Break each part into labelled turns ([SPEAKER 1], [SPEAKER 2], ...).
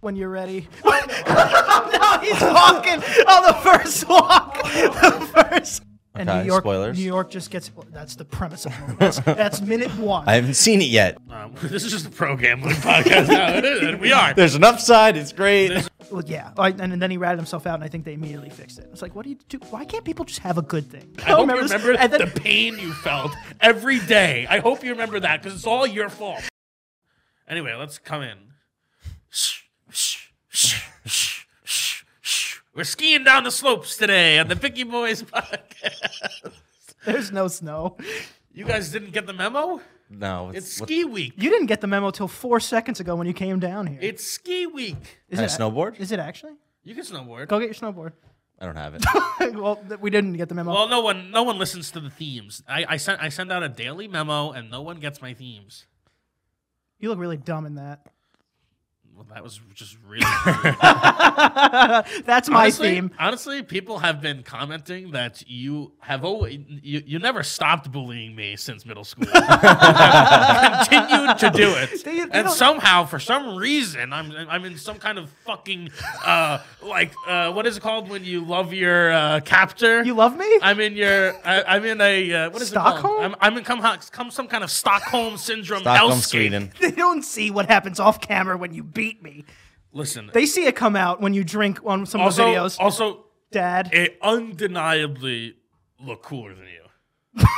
[SPEAKER 1] when you're ready. no, he's walking on the first walk. The first. And
[SPEAKER 2] Okay,
[SPEAKER 1] New York,
[SPEAKER 2] spoilers.
[SPEAKER 1] New York just gets. That's the premise of the movie. That's, that's minute one.
[SPEAKER 2] I haven't seen it yet.
[SPEAKER 3] Um, this is just a pro gambling podcast now. It is. We are.
[SPEAKER 2] There's an upside. It's great.
[SPEAKER 1] Well, yeah, I, and then he ratted himself out, and I think they immediately fixed it. It's like, what do you do? Why can't people just have a good thing?
[SPEAKER 3] I hope you
[SPEAKER 1] this.
[SPEAKER 3] remember
[SPEAKER 1] And then-
[SPEAKER 3] the pain you felt every day. I hope you remember that because it's all your fault. Anyway, let's come in. We're skiing down the slopes today on the Vicky Boys podcast.
[SPEAKER 1] there's no snow.
[SPEAKER 3] You guys didn't get the memo?
[SPEAKER 2] No,
[SPEAKER 3] It's
[SPEAKER 2] what-
[SPEAKER 3] ski week.
[SPEAKER 1] You didn't get the memo till four seconds ago when you came down here.
[SPEAKER 3] It's ski week.
[SPEAKER 1] Is
[SPEAKER 2] Can I
[SPEAKER 1] it-
[SPEAKER 2] snowboard?
[SPEAKER 1] Is it actually?
[SPEAKER 3] You can snowboard.
[SPEAKER 1] Go get your snowboard.
[SPEAKER 2] I don't have it.
[SPEAKER 1] well, th- we didn't get the memo.
[SPEAKER 3] Well, no one, no one listens to the themes. I, I sent, I send out a daily memo, and no one gets my themes.
[SPEAKER 1] you look really dumb in that.
[SPEAKER 3] Well, that was just really. rude.
[SPEAKER 1] That's my
[SPEAKER 3] honestly,
[SPEAKER 1] theme.
[SPEAKER 3] Honestly, people have been commenting that you have always you, you never stopped bullying me since middle school. You have continued to do it,
[SPEAKER 1] They- they
[SPEAKER 3] and
[SPEAKER 1] don't-
[SPEAKER 3] somehow, for some reason, I'm I'm in some kind of fucking uh like uh what is it called when you love your uh, captor?
[SPEAKER 1] You love me?
[SPEAKER 3] I'm in your. I, I'm in a. Uh, what is it
[SPEAKER 1] Stockholm?
[SPEAKER 3] called? I'm, I'm in come, come some kind of Stockholm syndrome.
[SPEAKER 2] Stockholm,
[SPEAKER 3] hellscape.
[SPEAKER 2] Sweden.
[SPEAKER 1] they don't see what happens off camera when you beat me.
[SPEAKER 3] Listen.
[SPEAKER 1] They see it come out when you drink on some
[SPEAKER 3] also, eh,
[SPEAKER 1] of the videos.
[SPEAKER 3] also,
[SPEAKER 1] Dad,
[SPEAKER 3] it undeniably look cooler than you.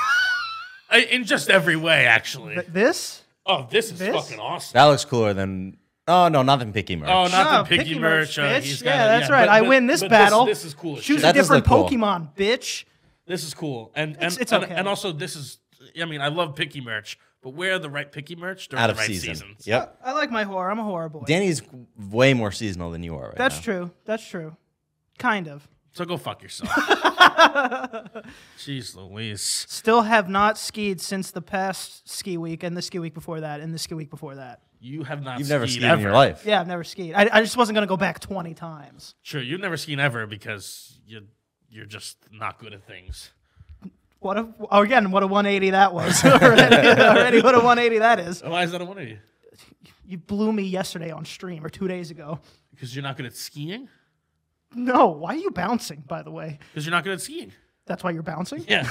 [SPEAKER 3] I- In just every way, actually.
[SPEAKER 1] th- this?
[SPEAKER 3] Oh, this is
[SPEAKER 1] this?
[SPEAKER 3] fucking awesome.
[SPEAKER 2] That looks cooler than. Oh no, not than Picky Merch.
[SPEAKER 3] Oh, not
[SPEAKER 1] No,
[SPEAKER 3] the piggy,
[SPEAKER 1] Picky
[SPEAKER 3] merch.
[SPEAKER 1] merch,
[SPEAKER 3] uh,
[SPEAKER 1] bitch.
[SPEAKER 3] he's
[SPEAKER 1] Yeah,
[SPEAKER 3] got it,
[SPEAKER 1] that's right.
[SPEAKER 3] but-
[SPEAKER 1] I
[SPEAKER 3] but-
[SPEAKER 1] win this
[SPEAKER 3] but
[SPEAKER 1] battle.
[SPEAKER 3] This, is cool. as
[SPEAKER 1] Choose
[SPEAKER 3] shit.
[SPEAKER 2] That
[SPEAKER 1] a
[SPEAKER 2] does
[SPEAKER 1] different
[SPEAKER 2] look cool.
[SPEAKER 1] Pokemon, bitch.
[SPEAKER 3] This is cool. And and,
[SPEAKER 1] It's- it's
[SPEAKER 3] and,
[SPEAKER 1] okay.
[SPEAKER 3] and also this is I mean, I love picky merch, but wear the right picky merch during
[SPEAKER 2] out
[SPEAKER 3] the
[SPEAKER 2] of
[SPEAKER 3] right
[SPEAKER 2] season.
[SPEAKER 3] seasons.
[SPEAKER 2] Yep.
[SPEAKER 1] I like my horror. I'm a horror boy.
[SPEAKER 2] Danny's way more seasonal than you are right
[SPEAKER 1] That's
[SPEAKER 2] now.
[SPEAKER 1] true. That's true. Kind of.
[SPEAKER 3] So go fuck yourself. Jeez Louise.
[SPEAKER 1] Still have not skied since the past ski week and the ski week before that and the ski week before that.
[SPEAKER 3] You have not
[SPEAKER 2] You've never
[SPEAKER 3] skied
[SPEAKER 2] skied
[SPEAKER 3] ever.
[SPEAKER 2] in your life.
[SPEAKER 1] Yeah, I've never skied. I, I just wasn't going to go back 20 times.
[SPEAKER 3] Sure, you've never skied ever because you you're just not good at things.
[SPEAKER 1] What a, oh, again, what a 180 that was. already, already what a 180 that is.
[SPEAKER 3] Why is that a one of you?
[SPEAKER 1] You blew me yesterday on stream or two days ago.
[SPEAKER 3] Because you're not good at skiing?
[SPEAKER 1] No, why are you bouncing, by the way?
[SPEAKER 3] Because you're not good at skiing.
[SPEAKER 1] That's why you're bouncing?
[SPEAKER 3] Yeah.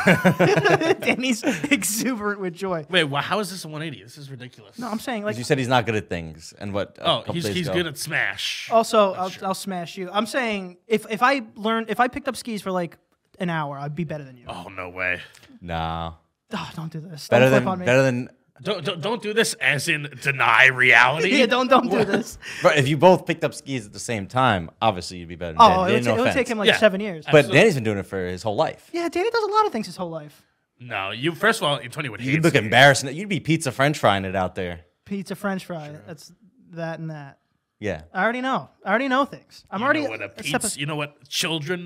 [SPEAKER 1] Danny's exuberant with joy.
[SPEAKER 3] Wait, wha- how is this a 180? This is ridiculous.
[SPEAKER 1] No, I'm saying,
[SPEAKER 2] 'Cause
[SPEAKER 1] like,
[SPEAKER 2] You said he's not good at things, and what? a
[SPEAKER 3] oh,
[SPEAKER 2] couple
[SPEAKER 3] he's,
[SPEAKER 2] days
[SPEAKER 3] he's
[SPEAKER 2] ago-
[SPEAKER 3] good at Smash.
[SPEAKER 1] also, I'll, I'll smash you. I'm saying, if, if I learned, if I picked up skis for like an hour, I'd be better than you.
[SPEAKER 3] Oh, no way.
[SPEAKER 2] Nah.
[SPEAKER 1] Oh, don't do this.
[SPEAKER 2] Better
[SPEAKER 1] don't flip
[SPEAKER 2] than
[SPEAKER 1] on me.
[SPEAKER 2] better than.
[SPEAKER 3] Don't, don't, don't do this as in deny reality.
[SPEAKER 1] yeah, don't don't do this.
[SPEAKER 2] But if you both picked up skis at the same time, obviously you'd be better. Than
[SPEAKER 1] Oh,
[SPEAKER 2] Danny.
[SPEAKER 1] it would,
[SPEAKER 2] No
[SPEAKER 1] ta- it would
[SPEAKER 2] offense.
[SPEAKER 1] take him like
[SPEAKER 3] Yeah.
[SPEAKER 1] seven years.
[SPEAKER 2] But Danny's been doing it for his whole life.
[SPEAKER 1] yeah, Danny does a lot of things his whole life.
[SPEAKER 3] No, you, first of all, Antonio would hate
[SPEAKER 2] You'd look
[SPEAKER 3] skiing.
[SPEAKER 2] embarrassing. You'd be pizza French frying it out there.
[SPEAKER 1] Pizza, French fry. That's that and that.
[SPEAKER 2] Yeah.
[SPEAKER 1] I already know. I already know things. I'm
[SPEAKER 3] You
[SPEAKER 1] already.
[SPEAKER 3] know, what a
[SPEAKER 1] a
[SPEAKER 3] pizza,
[SPEAKER 1] step a-
[SPEAKER 3] you know what children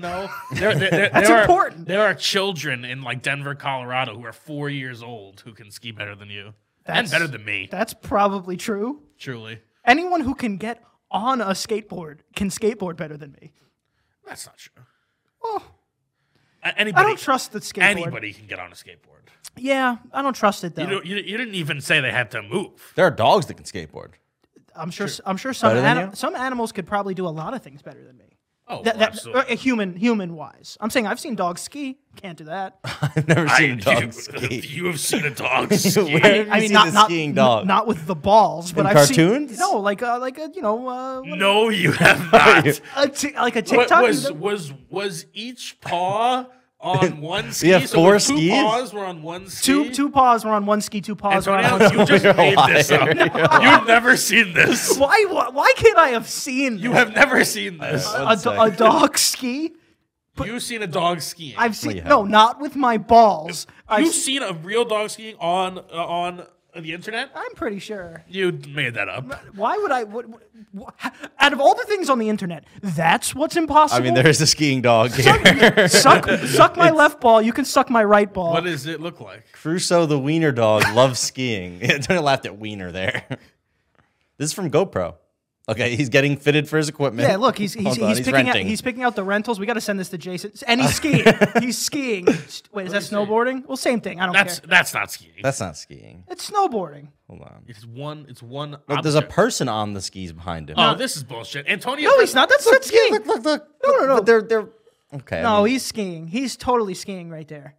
[SPEAKER 3] know? There, there, there,
[SPEAKER 1] That's
[SPEAKER 3] there Are,
[SPEAKER 1] important.
[SPEAKER 3] there are children in like Denver, Colorado who are four years old who can ski better than you. and
[SPEAKER 1] That's-
[SPEAKER 3] better than me,
[SPEAKER 1] that's probably true.
[SPEAKER 3] truly.
[SPEAKER 1] Anyone who can get on a skateboard can skateboard better than me.
[SPEAKER 3] That's not true.
[SPEAKER 1] Well,
[SPEAKER 3] A-
[SPEAKER 1] Oh. I
[SPEAKER 3] Anybody,
[SPEAKER 1] don't trust the skateboard.
[SPEAKER 3] anybody can get on a skateboard.
[SPEAKER 1] Yeah, I don't trust it though.
[SPEAKER 3] You, don't, you, you didn't even say they had to move.
[SPEAKER 2] There are dogs that can skateboard.
[SPEAKER 1] I'm sure. I'm sure some
[SPEAKER 2] Better than
[SPEAKER 1] ani-
[SPEAKER 2] you?
[SPEAKER 1] some animals could probably do a lot of things better than me.
[SPEAKER 3] Oh,
[SPEAKER 1] That, that,
[SPEAKER 3] absolutely.
[SPEAKER 1] uh, human human wise, I'm saying I've seen dogs ski. Can't do that.
[SPEAKER 2] I've never
[SPEAKER 3] I-
[SPEAKER 2] seen a dog
[SPEAKER 3] you,
[SPEAKER 2] ski.
[SPEAKER 3] you have seen a dog
[SPEAKER 2] Where
[SPEAKER 3] ski.
[SPEAKER 2] have you seen a skiing
[SPEAKER 1] n-
[SPEAKER 2] dog?
[SPEAKER 1] not with the balls, but
[SPEAKER 2] In
[SPEAKER 1] I've seen-
[SPEAKER 2] cartoons?
[SPEAKER 1] no, like uh, like a, you know, uh, what-
[SPEAKER 3] no, you have not.
[SPEAKER 1] a ti- like a
[SPEAKER 3] Mm. What
[SPEAKER 1] TikTok.
[SPEAKER 3] was was was each paw on one ski?
[SPEAKER 2] have
[SPEAKER 3] so the
[SPEAKER 2] four
[SPEAKER 3] two
[SPEAKER 2] skis?
[SPEAKER 3] paws were on one ski.
[SPEAKER 1] two two paws were on one ski, two paws were on
[SPEAKER 3] Antonio,
[SPEAKER 1] one.
[SPEAKER 3] you just
[SPEAKER 2] You're a
[SPEAKER 3] made this up. You've never seen this.
[SPEAKER 1] Why why- why can't I have seen
[SPEAKER 3] You have never seen this.
[SPEAKER 1] a, do- a dog ski?
[SPEAKER 3] You've seen a dog skiing.
[SPEAKER 1] I've seen
[SPEAKER 2] have.
[SPEAKER 1] no, not with my balls. I've,
[SPEAKER 3] You've
[SPEAKER 1] s-
[SPEAKER 3] seen a real dog skiing on uh, on the internet.
[SPEAKER 1] I'm pretty sure.
[SPEAKER 3] You made that up.
[SPEAKER 1] Why would I? What, what, out of all the things on the internet, that's what's impossible.
[SPEAKER 2] I mean, there is a skiing dog here.
[SPEAKER 1] suck, suck, suck my left ball. You can suck my right ball.
[SPEAKER 3] What does it look like?
[SPEAKER 2] Crusoe the wiener dog loves skiing. Antonio laughed at wiener there. This is from GoPro. Okay, he's getting fitted for his equipment.
[SPEAKER 1] Yeah, look, he's he's,
[SPEAKER 2] Hold on,
[SPEAKER 1] he's, picking out
[SPEAKER 2] renting.
[SPEAKER 1] he's picking out the rentals. We got to send this to Jason, and he's skiing. he's skiing. Wait, is that snowboarding? Well, same thing. I don't
[SPEAKER 3] That's
[SPEAKER 1] care.
[SPEAKER 3] that's not skiing.
[SPEAKER 2] That's not skiing.
[SPEAKER 1] It's snowboarding.
[SPEAKER 2] Hold on.
[SPEAKER 3] it's one. It's one.
[SPEAKER 2] Look, there's a
[SPEAKER 3] object.
[SPEAKER 2] person on the skis behind him.
[SPEAKER 3] Oh, this is bullshit. Antonio.
[SPEAKER 1] No, he's not. That's not
[SPEAKER 2] Yeah,
[SPEAKER 1] skiing.
[SPEAKER 2] look, look, look.
[SPEAKER 1] No, no, no.
[SPEAKER 2] But they're they're okay. I
[SPEAKER 1] No,
[SPEAKER 2] mean,
[SPEAKER 1] he's skiing. He's totally skiing right there.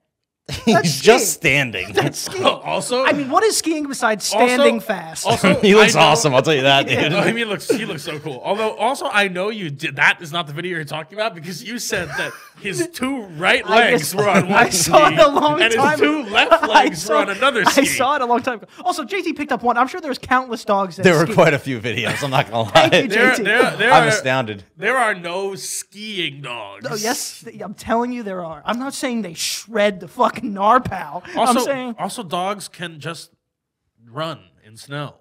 [SPEAKER 2] he's just standing.
[SPEAKER 1] That's skiing.
[SPEAKER 3] Oh, also,
[SPEAKER 1] I mean, what is skiing besides
[SPEAKER 3] Also-
[SPEAKER 1] standing fast?
[SPEAKER 3] also,
[SPEAKER 2] he looks
[SPEAKER 3] I know-
[SPEAKER 2] awesome. I'll tell you that, dude.
[SPEAKER 3] I mean, looks he looks so cool. Although, also, I know you did. That is not the video you're talking about because you said that his two right
[SPEAKER 1] I
[SPEAKER 3] legs
[SPEAKER 1] just-
[SPEAKER 3] were on one
[SPEAKER 1] I saw
[SPEAKER 3] ski
[SPEAKER 1] it a long
[SPEAKER 3] and
[SPEAKER 1] time
[SPEAKER 3] his two
[SPEAKER 1] ago.
[SPEAKER 3] left
[SPEAKER 1] I
[SPEAKER 3] legs
[SPEAKER 1] saw-
[SPEAKER 3] were on another
[SPEAKER 1] I
[SPEAKER 3] ski.
[SPEAKER 1] saw it a long time ago. Also, JT picked up one. I'm sure there's countless dogs that
[SPEAKER 2] There were
[SPEAKER 1] ski.
[SPEAKER 2] quite a few videos. I'm not gonna lie.
[SPEAKER 1] Thank you,
[SPEAKER 3] There,
[SPEAKER 1] JT.
[SPEAKER 3] there, there,
[SPEAKER 2] I'm
[SPEAKER 3] are,
[SPEAKER 2] astounded.
[SPEAKER 3] there are no skiing dogs.
[SPEAKER 1] Oh, yes, th- I'm telling you there are. I'm not saying they shred the fucking narpal.
[SPEAKER 3] Also,
[SPEAKER 1] I'm saying
[SPEAKER 3] also, dogs can just run in snow.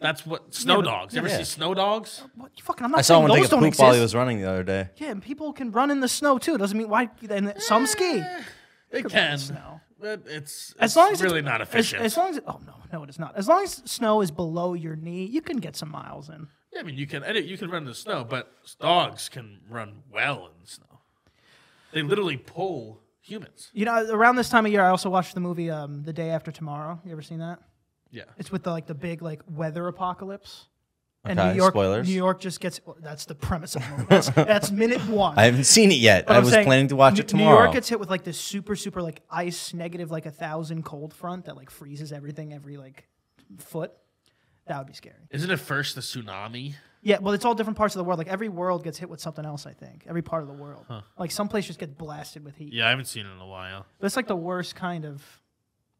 [SPEAKER 3] That's what snow
[SPEAKER 1] but-
[SPEAKER 3] dogs. You ever
[SPEAKER 2] Yeah.
[SPEAKER 3] see snow dogs?
[SPEAKER 1] what, fucking. I'm not
[SPEAKER 2] I saw
[SPEAKER 1] saying
[SPEAKER 2] one
[SPEAKER 1] those
[SPEAKER 2] take a
[SPEAKER 1] don't
[SPEAKER 2] poop
[SPEAKER 1] exist.
[SPEAKER 2] while he was running the other day.
[SPEAKER 1] yeah, and people can run in the snow too. Doesn't mean why. And some ski.
[SPEAKER 2] Eh.
[SPEAKER 3] They
[SPEAKER 1] run in
[SPEAKER 3] can.
[SPEAKER 1] snow.
[SPEAKER 3] But it's,
[SPEAKER 1] As
[SPEAKER 3] it's
[SPEAKER 1] long as it's-
[SPEAKER 3] really not
[SPEAKER 1] as-
[SPEAKER 3] efficient.
[SPEAKER 1] As, long as oh no, no, it is not. As long as snow is below your knee, you can get some miles in.
[SPEAKER 3] Yeah, I mean, you can edit, you can run in the snow, but dogs can run well in the snow. They literally pull humans.
[SPEAKER 1] You know, around this time of year, I also watched the movie um, The Day After Tomorrow. You ever seen that?
[SPEAKER 3] Yeah.
[SPEAKER 1] It's with the, like the big like weather apocalypse. And
[SPEAKER 2] Okay,
[SPEAKER 1] New York,
[SPEAKER 2] spoilers.
[SPEAKER 1] New York just gets. well, that's the premise of the movie. That's, that's minute one.
[SPEAKER 2] I haven't seen it yet.
[SPEAKER 1] But
[SPEAKER 2] I
[SPEAKER 1] I'm
[SPEAKER 2] was
[SPEAKER 1] saying
[SPEAKER 2] planning to watch
[SPEAKER 1] New-
[SPEAKER 2] it tomorrow.
[SPEAKER 1] New York gets hit with like this super, super like ice negative like a thousand cold front that like freezes everything every like foot. That would be scary.
[SPEAKER 3] Isn't it first the tsunami?
[SPEAKER 1] Yeah, well, it's all different parts of the world. Like every world gets hit with something else. I think every part of the world. Like some place just gets blasted with heat.
[SPEAKER 3] Yeah, I haven't seen it in a while.
[SPEAKER 1] But it's like the worst kind of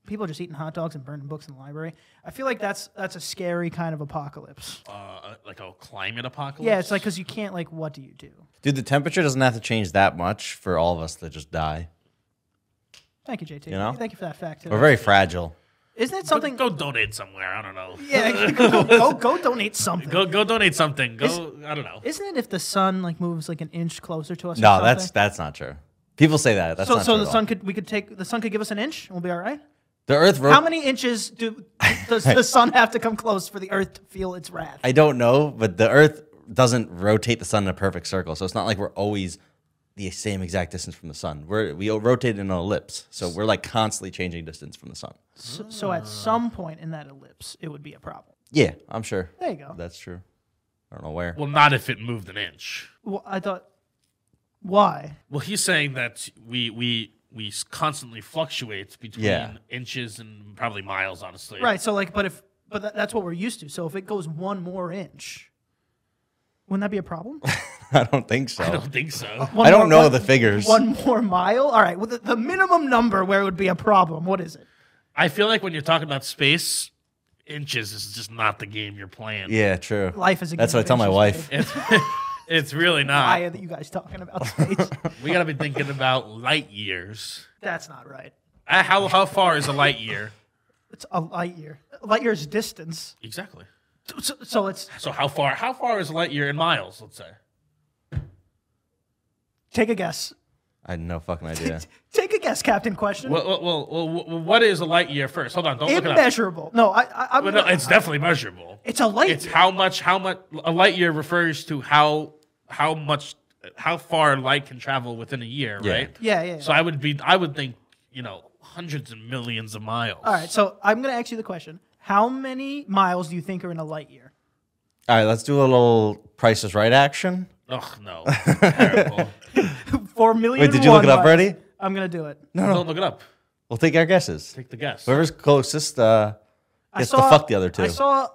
[SPEAKER 1] people just eating hot dogs and burning books in the library. I feel like that's that's a scary kind of apocalypse.
[SPEAKER 3] Uh, like a climate apocalypse?
[SPEAKER 1] Yeah, it's like because you can't like what do you do?
[SPEAKER 2] Dude, the temperature doesn't have to change that much for all of us to just die.
[SPEAKER 1] Thank you, JT.
[SPEAKER 2] You know?
[SPEAKER 1] Thank you for that fact.
[SPEAKER 2] We're
[SPEAKER 1] Too.
[SPEAKER 2] very fragile.
[SPEAKER 1] Isn't it
[SPEAKER 3] Go-
[SPEAKER 1] something?
[SPEAKER 3] Go, donate somewhere. I don't know.
[SPEAKER 1] Yeah, go, go, go donate something.
[SPEAKER 3] Go go donate something. Go, I don't know.
[SPEAKER 1] Isn't it if the sun like moves like an inch closer to us? or
[SPEAKER 2] No, that's
[SPEAKER 1] something?
[SPEAKER 2] that's not true. People say that. That's
[SPEAKER 1] so.
[SPEAKER 2] not
[SPEAKER 1] So
[SPEAKER 2] true
[SPEAKER 1] the
[SPEAKER 2] at all.
[SPEAKER 1] sun could we could take the sun could give us an inch. and We'll be all right.
[SPEAKER 2] The Earth. Ro-
[SPEAKER 1] How many inches do does the sun have to come close for the Earth to feel its wrath?
[SPEAKER 2] I don't know, but the Earth doesn't rotate the sun in a perfect circle, so it's not like we're always the same exact distance from the sun. We're we rotate in an ellipse, so we're like constantly changing distance from the sun.
[SPEAKER 1] So, so at some point in that ellipse, it would be a problem.
[SPEAKER 2] Yeah, I'm sure.
[SPEAKER 1] There you go.
[SPEAKER 2] That's true. I don't know where.
[SPEAKER 3] Well, not if it moved an inch.
[SPEAKER 1] Well, I thought, why?
[SPEAKER 3] Well, he's saying that we we we s- constantly fluctuate between
[SPEAKER 2] Yeah.
[SPEAKER 3] inches and probably miles, honestly.
[SPEAKER 1] Right. So like, but if but tha- that's what we're used to. So if it goes one more inch, wouldn't that be a problem?
[SPEAKER 2] I don't think so. I
[SPEAKER 3] I
[SPEAKER 2] don't,
[SPEAKER 3] don't think so.
[SPEAKER 1] One more-
[SPEAKER 2] know
[SPEAKER 1] one-
[SPEAKER 2] the figures.
[SPEAKER 1] One more mile. All right. Well, the, the minimum number where it would be a problem. What is it?
[SPEAKER 3] I feel like when you're talking about space, inches is just not the game you're playing.
[SPEAKER 2] Yeah, true.
[SPEAKER 1] Life is a
[SPEAKER 2] That's
[SPEAKER 1] game
[SPEAKER 2] what I
[SPEAKER 1] of
[SPEAKER 2] tell my
[SPEAKER 1] inches,
[SPEAKER 2] wife.
[SPEAKER 3] It's, it's really
[SPEAKER 1] Why
[SPEAKER 3] not.
[SPEAKER 1] are you guys talking about space?
[SPEAKER 3] We gotta be thinking about light years.
[SPEAKER 1] that's not right.
[SPEAKER 3] Uh, How how far is a light year?
[SPEAKER 1] It's a light year. A Light year's distance.
[SPEAKER 3] Exactly.
[SPEAKER 1] So, so it's
[SPEAKER 3] So how far how far is a light year in miles? Let's say.
[SPEAKER 1] take a guess.
[SPEAKER 2] I had no fucking idea.
[SPEAKER 1] Take a guess, Captain. Question.
[SPEAKER 3] Well, well, well, well wh- wh- what is a light year first? Hold on, don't look it up.
[SPEAKER 1] Immeasurable. No, I. I I'm,
[SPEAKER 3] Well, no, it's definitely measurable.
[SPEAKER 1] it's a light.
[SPEAKER 3] It's
[SPEAKER 1] year.
[SPEAKER 3] how much how much a light year refers to how how much how far light can travel within a year,
[SPEAKER 2] Yeah.
[SPEAKER 3] right?
[SPEAKER 1] Yeah, yeah. yeah.
[SPEAKER 3] So I would be I would think you know hundreds and millions of miles.
[SPEAKER 1] All right, so I'm going to ask you the question. How many miles do you think are in a light year?
[SPEAKER 2] All right, let's do a little Price is Right action.
[SPEAKER 3] Oh no, terrible.
[SPEAKER 1] Four million.
[SPEAKER 2] Wait, did you look it up already?
[SPEAKER 1] I'm going to do it.
[SPEAKER 3] Don't look it up.
[SPEAKER 2] We'll take our guesses.
[SPEAKER 3] Take the guess.
[SPEAKER 2] Whoever's closest uh,
[SPEAKER 1] I
[SPEAKER 2] gets to fuck the other two.
[SPEAKER 1] I saw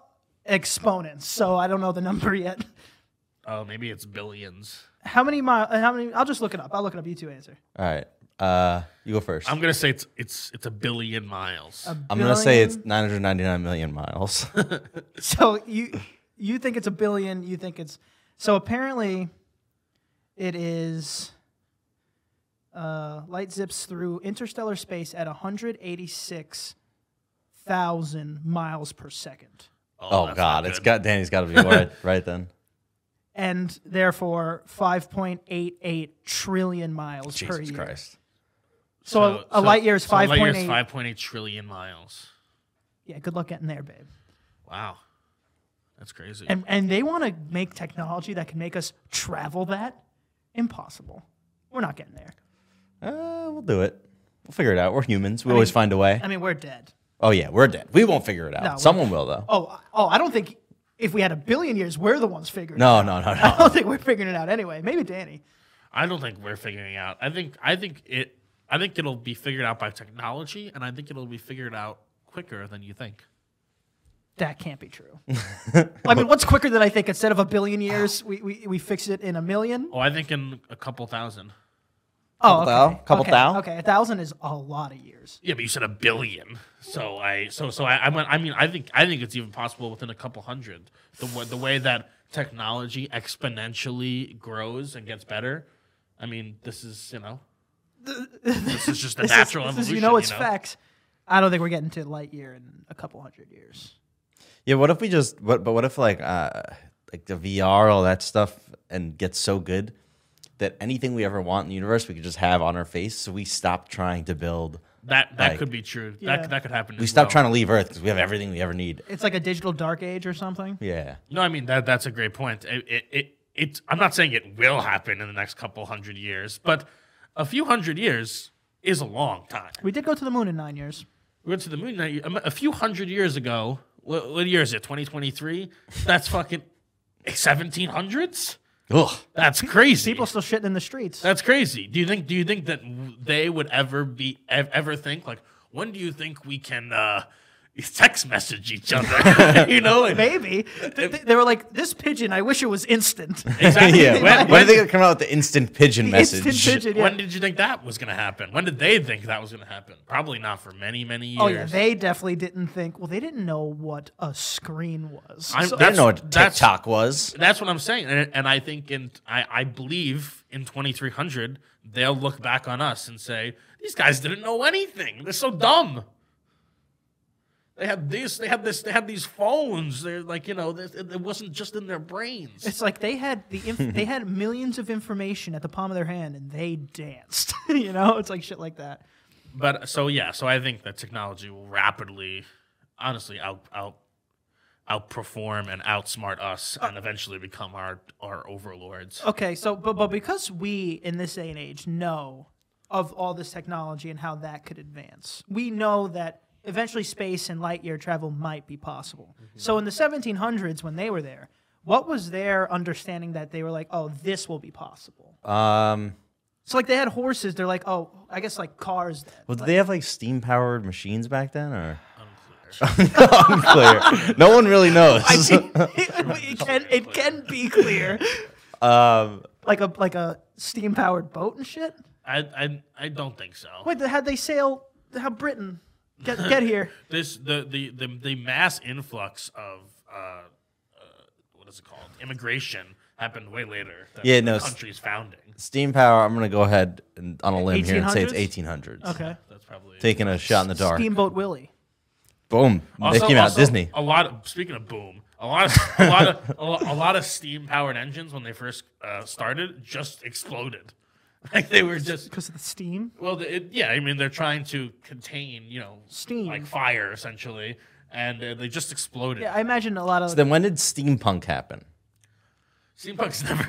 [SPEAKER 1] exponents, so I don't know the number yet.
[SPEAKER 3] Oh, maybe it's billions.
[SPEAKER 1] How many miles? How many? I'll just look it up. I'll look it up. You two answer.
[SPEAKER 2] All right, uh, you go 1st
[SPEAKER 3] I'm gonna say it's it's it's a billion miles.
[SPEAKER 2] I'm gonna say it's 999 million miles.
[SPEAKER 1] So you you think it's a billion? You think it's so? Apparently, it is. Uh, light zips through interstellar space at 186,000 miles per second,
[SPEAKER 2] oh
[SPEAKER 3] that's
[SPEAKER 2] God,
[SPEAKER 3] not
[SPEAKER 2] it's
[SPEAKER 3] good.
[SPEAKER 2] got Danny's got to be right, right then.
[SPEAKER 1] and therefore 5.88 trillion miles per
[SPEAKER 2] Jesus
[SPEAKER 1] year.
[SPEAKER 2] Christ.
[SPEAKER 1] So, a, a light year is
[SPEAKER 3] so a
[SPEAKER 1] 5.8.
[SPEAKER 3] light year is 5.8 trillion miles.
[SPEAKER 1] yeah, good luck getting there, babe.
[SPEAKER 3] Wow, That's crazy.
[SPEAKER 1] And and they want to make technology that can make us travel that? Impossible. We're not getting there.
[SPEAKER 2] Uh, we'll do it. We'll figure it out. We're humans. We always find a way.
[SPEAKER 1] I mean, we're dead.
[SPEAKER 2] Oh yeah, we're dead. We won't figure it out.
[SPEAKER 1] No, we-
[SPEAKER 2] Someone will though.
[SPEAKER 1] Oh, I- oh, I don't think if we had a billion years, we're the ones figuring. it
[SPEAKER 2] No, no,
[SPEAKER 1] out.
[SPEAKER 2] no,
[SPEAKER 1] I
[SPEAKER 2] no.
[SPEAKER 1] don't think we're figuring it out anyway. Maybe Danny.
[SPEAKER 3] I don't think we're figuring out. I think I think it I think it'll be figured out by technology and I think it'll be figured out quicker than you think.
[SPEAKER 1] That can't be true. I mean, what's quicker than I think? Instead of a billion years, we, we, we fix it in a million.
[SPEAKER 3] Oh, I think in a couple thousand.
[SPEAKER 1] Oh, okay.
[SPEAKER 2] thou- couple
[SPEAKER 1] okay.
[SPEAKER 2] thou?
[SPEAKER 1] Okay, a thousand is a lot of years.
[SPEAKER 3] Yeah, but you said a billion. So I so so I I, mean- I mean I think I think it's even possible within a couple hundred. The wa- the way that technology exponentially grows and gets better. I mean, this is you know, this is just the
[SPEAKER 1] This is-
[SPEAKER 3] natural
[SPEAKER 1] this is-
[SPEAKER 3] evolution.
[SPEAKER 1] you know, it's facts. I don't think we're getting to light year in a couple hundred years.
[SPEAKER 2] Yeah. What if we just? What? But what if like, uh, like the VR, all that stuff, and gets so good that anything we ever want in the universe, we could just have on our face. So we stop trying to build.
[SPEAKER 3] That that
[SPEAKER 2] Like-
[SPEAKER 3] could be true.
[SPEAKER 1] Yeah.
[SPEAKER 3] That that could happen.
[SPEAKER 2] We stop trying to leave Earth because we have everything we ever need.
[SPEAKER 1] It's like a digital dark age or something.
[SPEAKER 2] Yeah.
[SPEAKER 3] No, I mean that that's a great point. It it, it it's I'm not saying it will happen in the next couple hundred years, but a few hundred years is a long time.
[SPEAKER 1] We did go to the moon in nine years.
[SPEAKER 3] We went to the moon a a few hundred years ago. What, what year is it? 2023. That's fucking 1700s.
[SPEAKER 2] Ugh.
[SPEAKER 3] That's crazy.
[SPEAKER 1] People still shitting in the streets.
[SPEAKER 3] That's crazy. Do you think? Do you think that w- they would ever be ev- ever think like when do you think we can uh, text message each other? you know, like,
[SPEAKER 1] Maybe they, they- they were like, "This pigeon, I wish it was instant."
[SPEAKER 3] exactly.
[SPEAKER 2] yeah.
[SPEAKER 3] When-
[SPEAKER 2] When, when are they gonna come out with the instant pigeon message?
[SPEAKER 1] Instant pigeon, yeah.
[SPEAKER 3] When did you think that was going to happen? When did they think that was going to happen? Probably not for many, many years.
[SPEAKER 1] Oh yeah, they definitely didn't think. Well, they didn't know what a screen was.
[SPEAKER 3] I'm-
[SPEAKER 1] So-
[SPEAKER 2] I didn't know what
[SPEAKER 3] that's-
[SPEAKER 2] TikTok was.
[SPEAKER 3] That's what I'm saying, and, and I think, and I, I believe in 2300, they'll look back on us and say, "These guys didn't know anything. They're so dumb. They had this. They had this. They had these phones. They're like, you know, this, it, it wasn't just in their brains.
[SPEAKER 1] it's like they had the inf- they had millions of information at the palm of their hand and they danced. you know, it's like shit like that.
[SPEAKER 3] But so yeah, so I think that technology will rapidly, honestly, out out outperform and outsmart us, and eventually become our our overlords.
[SPEAKER 1] Okay, so but but because we in this day and age know of all this technology and how that could advance, we know that eventually space and light year travel might be possible. So in the 1700s, when they were there, what was their understanding that they were like, oh, this will be possible?
[SPEAKER 2] Um.
[SPEAKER 1] So like they had horses, they're like, oh, I guess like cars. Then.
[SPEAKER 2] Well, did they have like steam powered machines back then, or
[SPEAKER 3] Unclear.
[SPEAKER 2] unclear? no one really knows.
[SPEAKER 1] I mean, it, can it can be clear,
[SPEAKER 2] um,
[SPEAKER 1] like a like a steam powered boat and shit.
[SPEAKER 3] I I I don't think so.
[SPEAKER 1] Wait, how'd they sail? How Britain get get here?
[SPEAKER 3] this the the the, the mass influx of uh, uh, what is it called immigration happened way later than
[SPEAKER 2] Yeah,
[SPEAKER 3] the
[SPEAKER 2] no, s-
[SPEAKER 3] country's founding
[SPEAKER 2] steam power. I'm gonna go ahead and, on a limb here and say it's
[SPEAKER 1] 1800s?
[SPEAKER 2] 1800s.
[SPEAKER 1] Okay.
[SPEAKER 3] that's probably
[SPEAKER 2] Taking a shot in the dark.
[SPEAKER 1] Steamboat Willie.
[SPEAKER 2] Boom. they came out Disney.
[SPEAKER 3] a lot of speaking of boom a lot of a lot of a lo- a lot of steam powered engines when they first uh, started just exploded like they were just
[SPEAKER 1] Because of the steam?
[SPEAKER 3] Well, the- it, yeah, I mean they're trying to contain, you know,
[SPEAKER 1] Steam.
[SPEAKER 3] like fire essentially, and uh, they just exploded.
[SPEAKER 1] Yeah, I imagine a lot of.
[SPEAKER 2] Then when did steampunk happen?
[SPEAKER 3] Steampunk's never.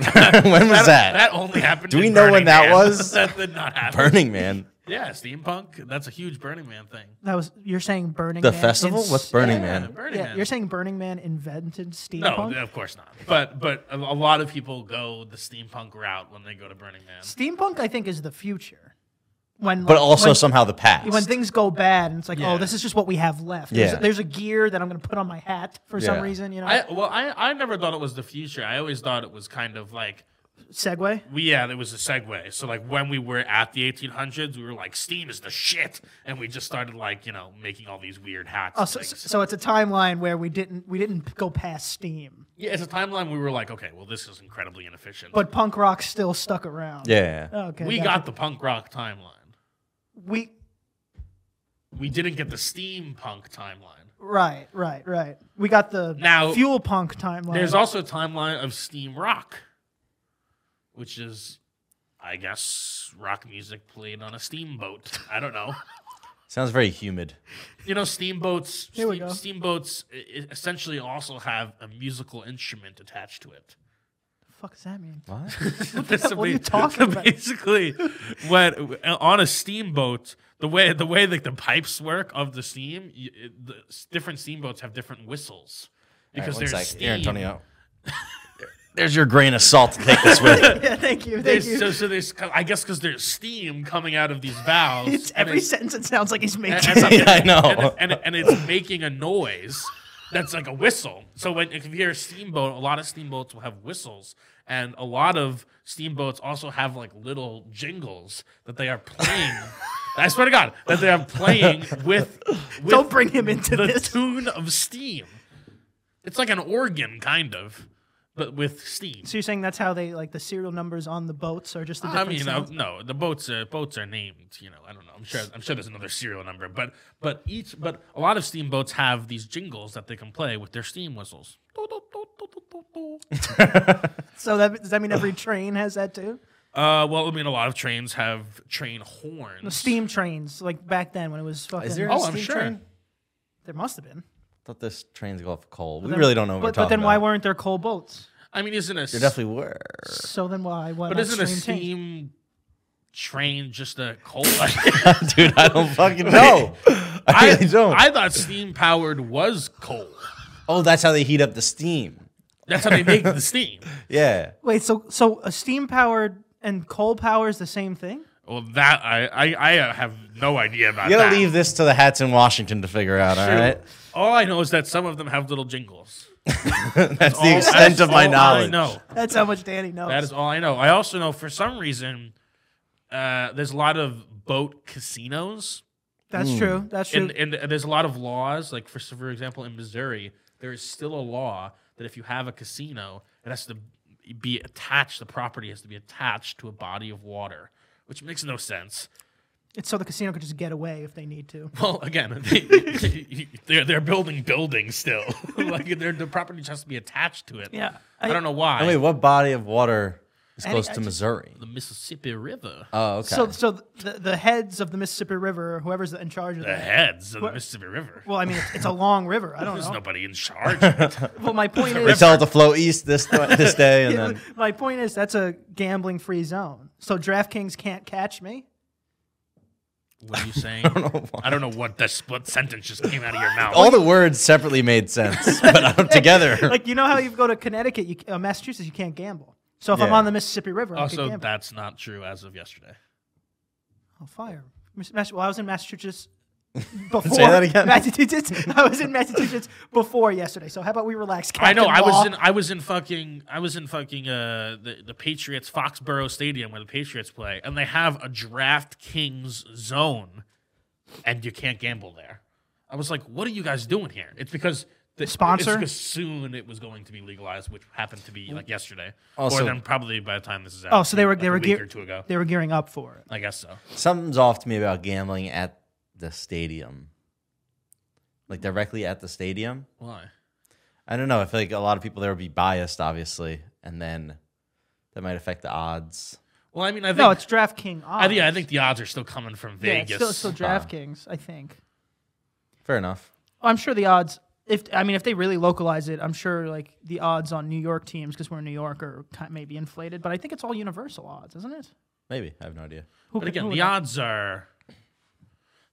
[SPEAKER 2] When was that?
[SPEAKER 3] That only happened.
[SPEAKER 2] Do we
[SPEAKER 3] in
[SPEAKER 2] know when
[SPEAKER 3] Burning
[SPEAKER 2] that
[SPEAKER 3] Man.
[SPEAKER 2] was?
[SPEAKER 3] that did not happen.
[SPEAKER 2] Burning Man.
[SPEAKER 3] yeah, steampunk. That's a huge Burning Man thing.
[SPEAKER 1] that was you're saying Burning
[SPEAKER 2] The
[SPEAKER 1] Man
[SPEAKER 2] festival?
[SPEAKER 1] ins-
[SPEAKER 2] What's Burning
[SPEAKER 3] Yeah,
[SPEAKER 2] Man?
[SPEAKER 3] Burning
[SPEAKER 1] Yeah,
[SPEAKER 3] Man.
[SPEAKER 1] you're saying Burning Man invented
[SPEAKER 3] no,
[SPEAKER 1] steampunk.
[SPEAKER 3] of course not. But but a, a lot of people go the steampunk route when they go to Burning Man.
[SPEAKER 1] Steampunk, I think, is the future. When,
[SPEAKER 2] But
[SPEAKER 1] like,
[SPEAKER 2] also
[SPEAKER 1] when,
[SPEAKER 2] somehow the past.
[SPEAKER 1] when things go bad and it's like, oh,
[SPEAKER 3] Yeah.
[SPEAKER 1] this is just what we have left. There's,
[SPEAKER 2] Yeah.
[SPEAKER 1] there's a gear that I'm going to put on my hat for some
[SPEAKER 2] Yeah.
[SPEAKER 1] reason. You know,
[SPEAKER 3] I well, I I never thought it was the future. I always thought it was kind of like
[SPEAKER 1] segue.
[SPEAKER 3] we yeah, there was a segue. So like when we were at the 1800s, we were like, steam is the shit, and we just started like you know making all these weird hats.
[SPEAKER 1] Oh,
[SPEAKER 3] and
[SPEAKER 1] so,
[SPEAKER 3] things.
[SPEAKER 1] so it's a timeline where we didn't we didn't go past steam,
[SPEAKER 3] yeah, as a timeline, we were like, okay, well this is incredibly inefficient.
[SPEAKER 1] but punk rock still stuck around.
[SPEAKER 2] yeah.
[SPEAKER 1] Okay.
[SPEAKER 3] we
[SPEAKER 1] gotcha.
[SPEAKER 3] got the punk rock timeline.
[SPEAKER 1] we
[SPEAKER 3] We didn't get the steampunk timeline.
[SPEAKER 1] right right right. We got the
[SPEAKER 3] Now-
[SPEAKER 1] fuel punk timeline.
[SPEAKER 3] There's also a timeline of steam rock, which is, I guess, rock music played on a steamboat. I don't know.
[SPEAKER 2] Sounds very humid.
[SPEAKER 3] You know, steamboats.
[SPEAKER 1] Here we
[SPEAKER 3] steam-
[SPEAKER 1] go.
[SPEAKER 3] Steamboats e- e- essentially also have a musical instrument attached to it.
[SPEAKER 1] fuck does that mean?
[SPEAKER 2] What?
[SPEAKER 3] So
[SPEAKER 1] What are you
[SPEAKER 3] ba-
[SPEAKER 1] talking
[SPEAKER 3] so
[SPEAKER 1] about?
[SPEAKER 3] Basically, when on a steamboat, the way the way like the pipes work of the steam, you, it- the s- different steamboats have different whistles because
[SPEAKER 2] All right, one
[SPEAKER 3] there's
[SPEAKER 2] sec.
[SPEAKER 3] steam.
[SPEAKER 2] Here, Antonio. There's your grain of salt to take this with.
[SPEAKER 1] yeah, thank you, thank
[SPEAKER 3] There's-
[SPEAKER 1] you.
[SPEAKER 3] so, so there's, co- I guess, because there's steam coming out of these valves.
[SPEAKER 1] it's
[SPEAKER 3] and
[SPEAKER 1] every
[SPEAKER 3] it's-
[SPEAKER 1] sentence it sounds like he's making.
[SPEAKER 3] and- and-
[SPEAKER 2] Yeah, I know.
[SPEAKER 3] And, it- and, it- and it's making a noise that's like a whistle. So when if you hear a steamboat, a lot of steamboats will have whistles, and a lot of steamboats also have like little jingles that they are playing. I swear to God, that they are playing with. with
[SPEAKER 1] Don't bring him into
[SPEAKER 3] the
[SPEAKER 1] this.
[SPEAKER 3] tune of steam. It's like an organ, kind of, but with steam.
[SPEAKER 1] So you're saying that's how they like the serial numbers on the boats are just the
[SPEAKER 3] I
[SPEAKER 1] different.
[SPEAKER 3] mean, uh,
[SPEAKER 1] sounds?
[SPEAKER 3] no, the boats are boats are named. You know, I don't know. I'm sure. I'm sure there's another serial number, but but each but a lot of steamboats have these jingles that they can play with their steam whistles.
[SPEAKER 1] so that does that mean every train has that too?
[SPEAKER 3] Uh, well, I mean, a lot of trains have train horns.
[SPEAKER 1] The steam trains, like back then when it was fucking.
[SPEAKER 2] Is there a
[SPEAKER 3] Oh, I'm
[SPEAKER 2] steam
[SPEAKER 3] sure.
[SPEAKER 2] train?
[SPEAKER 1] There must have been.
[SPEAKER 2] thought this train's go off coal. We really don't know what
[SPEAKER 1] but,
[SPEAKER 2] we're
[SPEAKER 1] but
[SPEAKER 2] talking
[SPEAKER 1] then why
[SPEAKER 2] about.
[SPEAKER 1] weren't there coal boats?
[SPEAKER 3] I mean, isn't a s-
[SPEAKER 2] There definitely were.
[SPEAKER 1] So then why? why
[SPEAKER 3] but
[SPEAKER 1] not
[SPEAKER 3] isn't a
[SPEAKER 1] steam change?
[SPEAKER 3] steam train just a coal?
[SPEAKER 2] Dude, I don't fucking know. I really don't.
[SPEAKER 3] I thought steam powered was coal.
[SPEAKER 2] oh, that's how they heat up the steam.
[SPEAKER 3] That's how they make the steam.
[SPEAKER 2] Yeah.
[SPEAKER 1] Wait, so so a steam powered and coal power is the same thing?
[SPEAKER 3] Well, that I I, I have no idea about.
[SPEAKER 2] You gotta
[SPEAKER 3] that.
[SPEAKER 2] leave this to the hats in Washington to figure out, all right?
[SPEAKER 3] All I know is that some of them have little jingles.
[SPEAKER 2] That's the
[SPEAKER 3] All-
[SPEAKER 2] extent
[SPEAKER 3] that's
[SPEAKER 2] of my
[SPEAKER 3] all
[SPEAKER 2] knowledge.
[SPEAKER 3] I know.
[SPEAKER 1] That's how much Danny knows.
[SPEAKER 3] That is all I know. I also know for some reason uh, there's a lot of boat casinos,
[SPEAKER 1] That's true. That's true.
[SPEAKER 3] and, and there's a lot of laws. Like for for example, in Missouri, there is still a law that if you have a casino, it has to be attached. The property has to be attached to a body of water, which makes no sense.
[SPEAKER 1] it's so the casino could just get away if they need to.
[SPEAKER 3] Well, again, they, they're they're building buildings still. like their the property just has to be attached to it.
[SPEAKER 1] Yeah.
[SPEAKER 3] I, don't know why.
[SPEAKER 2] I mean, what body of water is
[SPEAKER 1] Any-
[SPEAKER 2] close
[SPEAKER 1] I
[SPEAKER 2] to
[SPEAKER 1] just-
[SPEAKER 2] Missouri?
[SPEAKER 3] the Mississippi River.
[SPEAKER 2] Oh, okay.
[SPEAKER 1] So so the, the heads of the Mississippi River, or whoever's in charge of
[SPEAKER 3] the
[SPEAKER 1] that.
[SPEAKER 3] heads of the Mississippi River.
[SPEAKER 1] Well, I mean, it's, it's a long river. I don't
[SPEAKER 3] There's
[SPEAKER 1] know.
[SPEAKER 3] nobody in charge. of it.
[SPEAKER 1] Well, my point
[SPEAKER 2] they
[SPEAKER 1] is,
[SPEAKER 2] tell it to flow east this this day, and then
[SPEAKER 1] my point is that's a gambling free zone. So DraftKings can't catch me.
[SPEAKER 3] what are you saying? I don't know. Oh! what that split sentence just came out of your mouth.
[SPEAKER 2] all the words separately made sense, but um, together.
[SPEAKER 1] Like you know how you go to Connecticut, you, uh, Massachusetts, you can't gamble. So if I'm
[SPEAKER 2] Yeah.
[SPEAKER 1] on the Mississippi River, I can
[SPEAKER 3] also,
[SPEAKER 1] gamble.
[SPEAKER 3] that's not true as of yesterday.
[SPEAKER 1] Oh, fire. Miss- Mass- Well, I was in Massachusetts before.
[SPEAKER 2] that again.
[SPEAKER 1] Massachusetts. I was in Massachusetts before yesterday. So how about we relax?
[SPEAKER 3] I know.
[SPEAKER 1] Captain
[SPEAKER 3] I
[SPEAKER 1] Law?
[SPEAKER 3] was in. I was in fucking. I was in fucking. Uh, the the Patriots Foxborough Stadium where the Patriots play, and they have a Draft Kings zone, and you can't gamble there. I was like, what are you guys doing here? It's because. The,
[SPEAKER 1] Sponsor?
[SPEAKER 3] It's because soon it was going to be legalized, which happened to be like yesterday,
[SPEAKER 2] Also-
[SPEAKER 3] or then probably by the time this is out.
[SPEAKER 1] Oh, so they were
[SPEAKER 3] like
[SPEAKER 1] they
[SPEAKER 3] a
[SPEAKER 1] were
[SPEAKER 3] week
[SPEAKER 1] gear-
[SPEAKER 3] or two ago.
[SPEAKER 1] They were gearing up for it.
[SPEAKER 3] I guess so.
[SPEAKER 2] Something's off to me about gambling at the stadium, like directly at the stadium.
[SPEAKER 3] Why?
[SPEAKER 2] I don't know. I feel like a lot of people there would be biased, obviously, and then that might affect the odds.
[SPEAKER 3] Well, I mean, I think
[SPEAKER 1] No, it's DraftKings.
[SPEAKER 3] I, yeah, I think the odds are still coming from
[SPEAKER 1] Yeah,
[SPEAKER 3] Vegas.
[SPEAKER 1] it's still, it's still DraftKings. I think. Oh,
[SPEAKER 2] Fair enough.
[SPEAKER 1] I'm sure the odds. If I mean, if they really localize it, I'm sure like the odds on New York teams because we're in New York are kind maybe inflated. But I think it's all universal odds, isn't it?
[SPEAKER 2] Maybe I have no idea.
[SPEAKER 1] Who
[SPEAKER 3] but
[SPEAKER 1] could-
[SPEAKER 3] again,
[SPEAKER 1] who would-
[SPEAKER 3] the odds are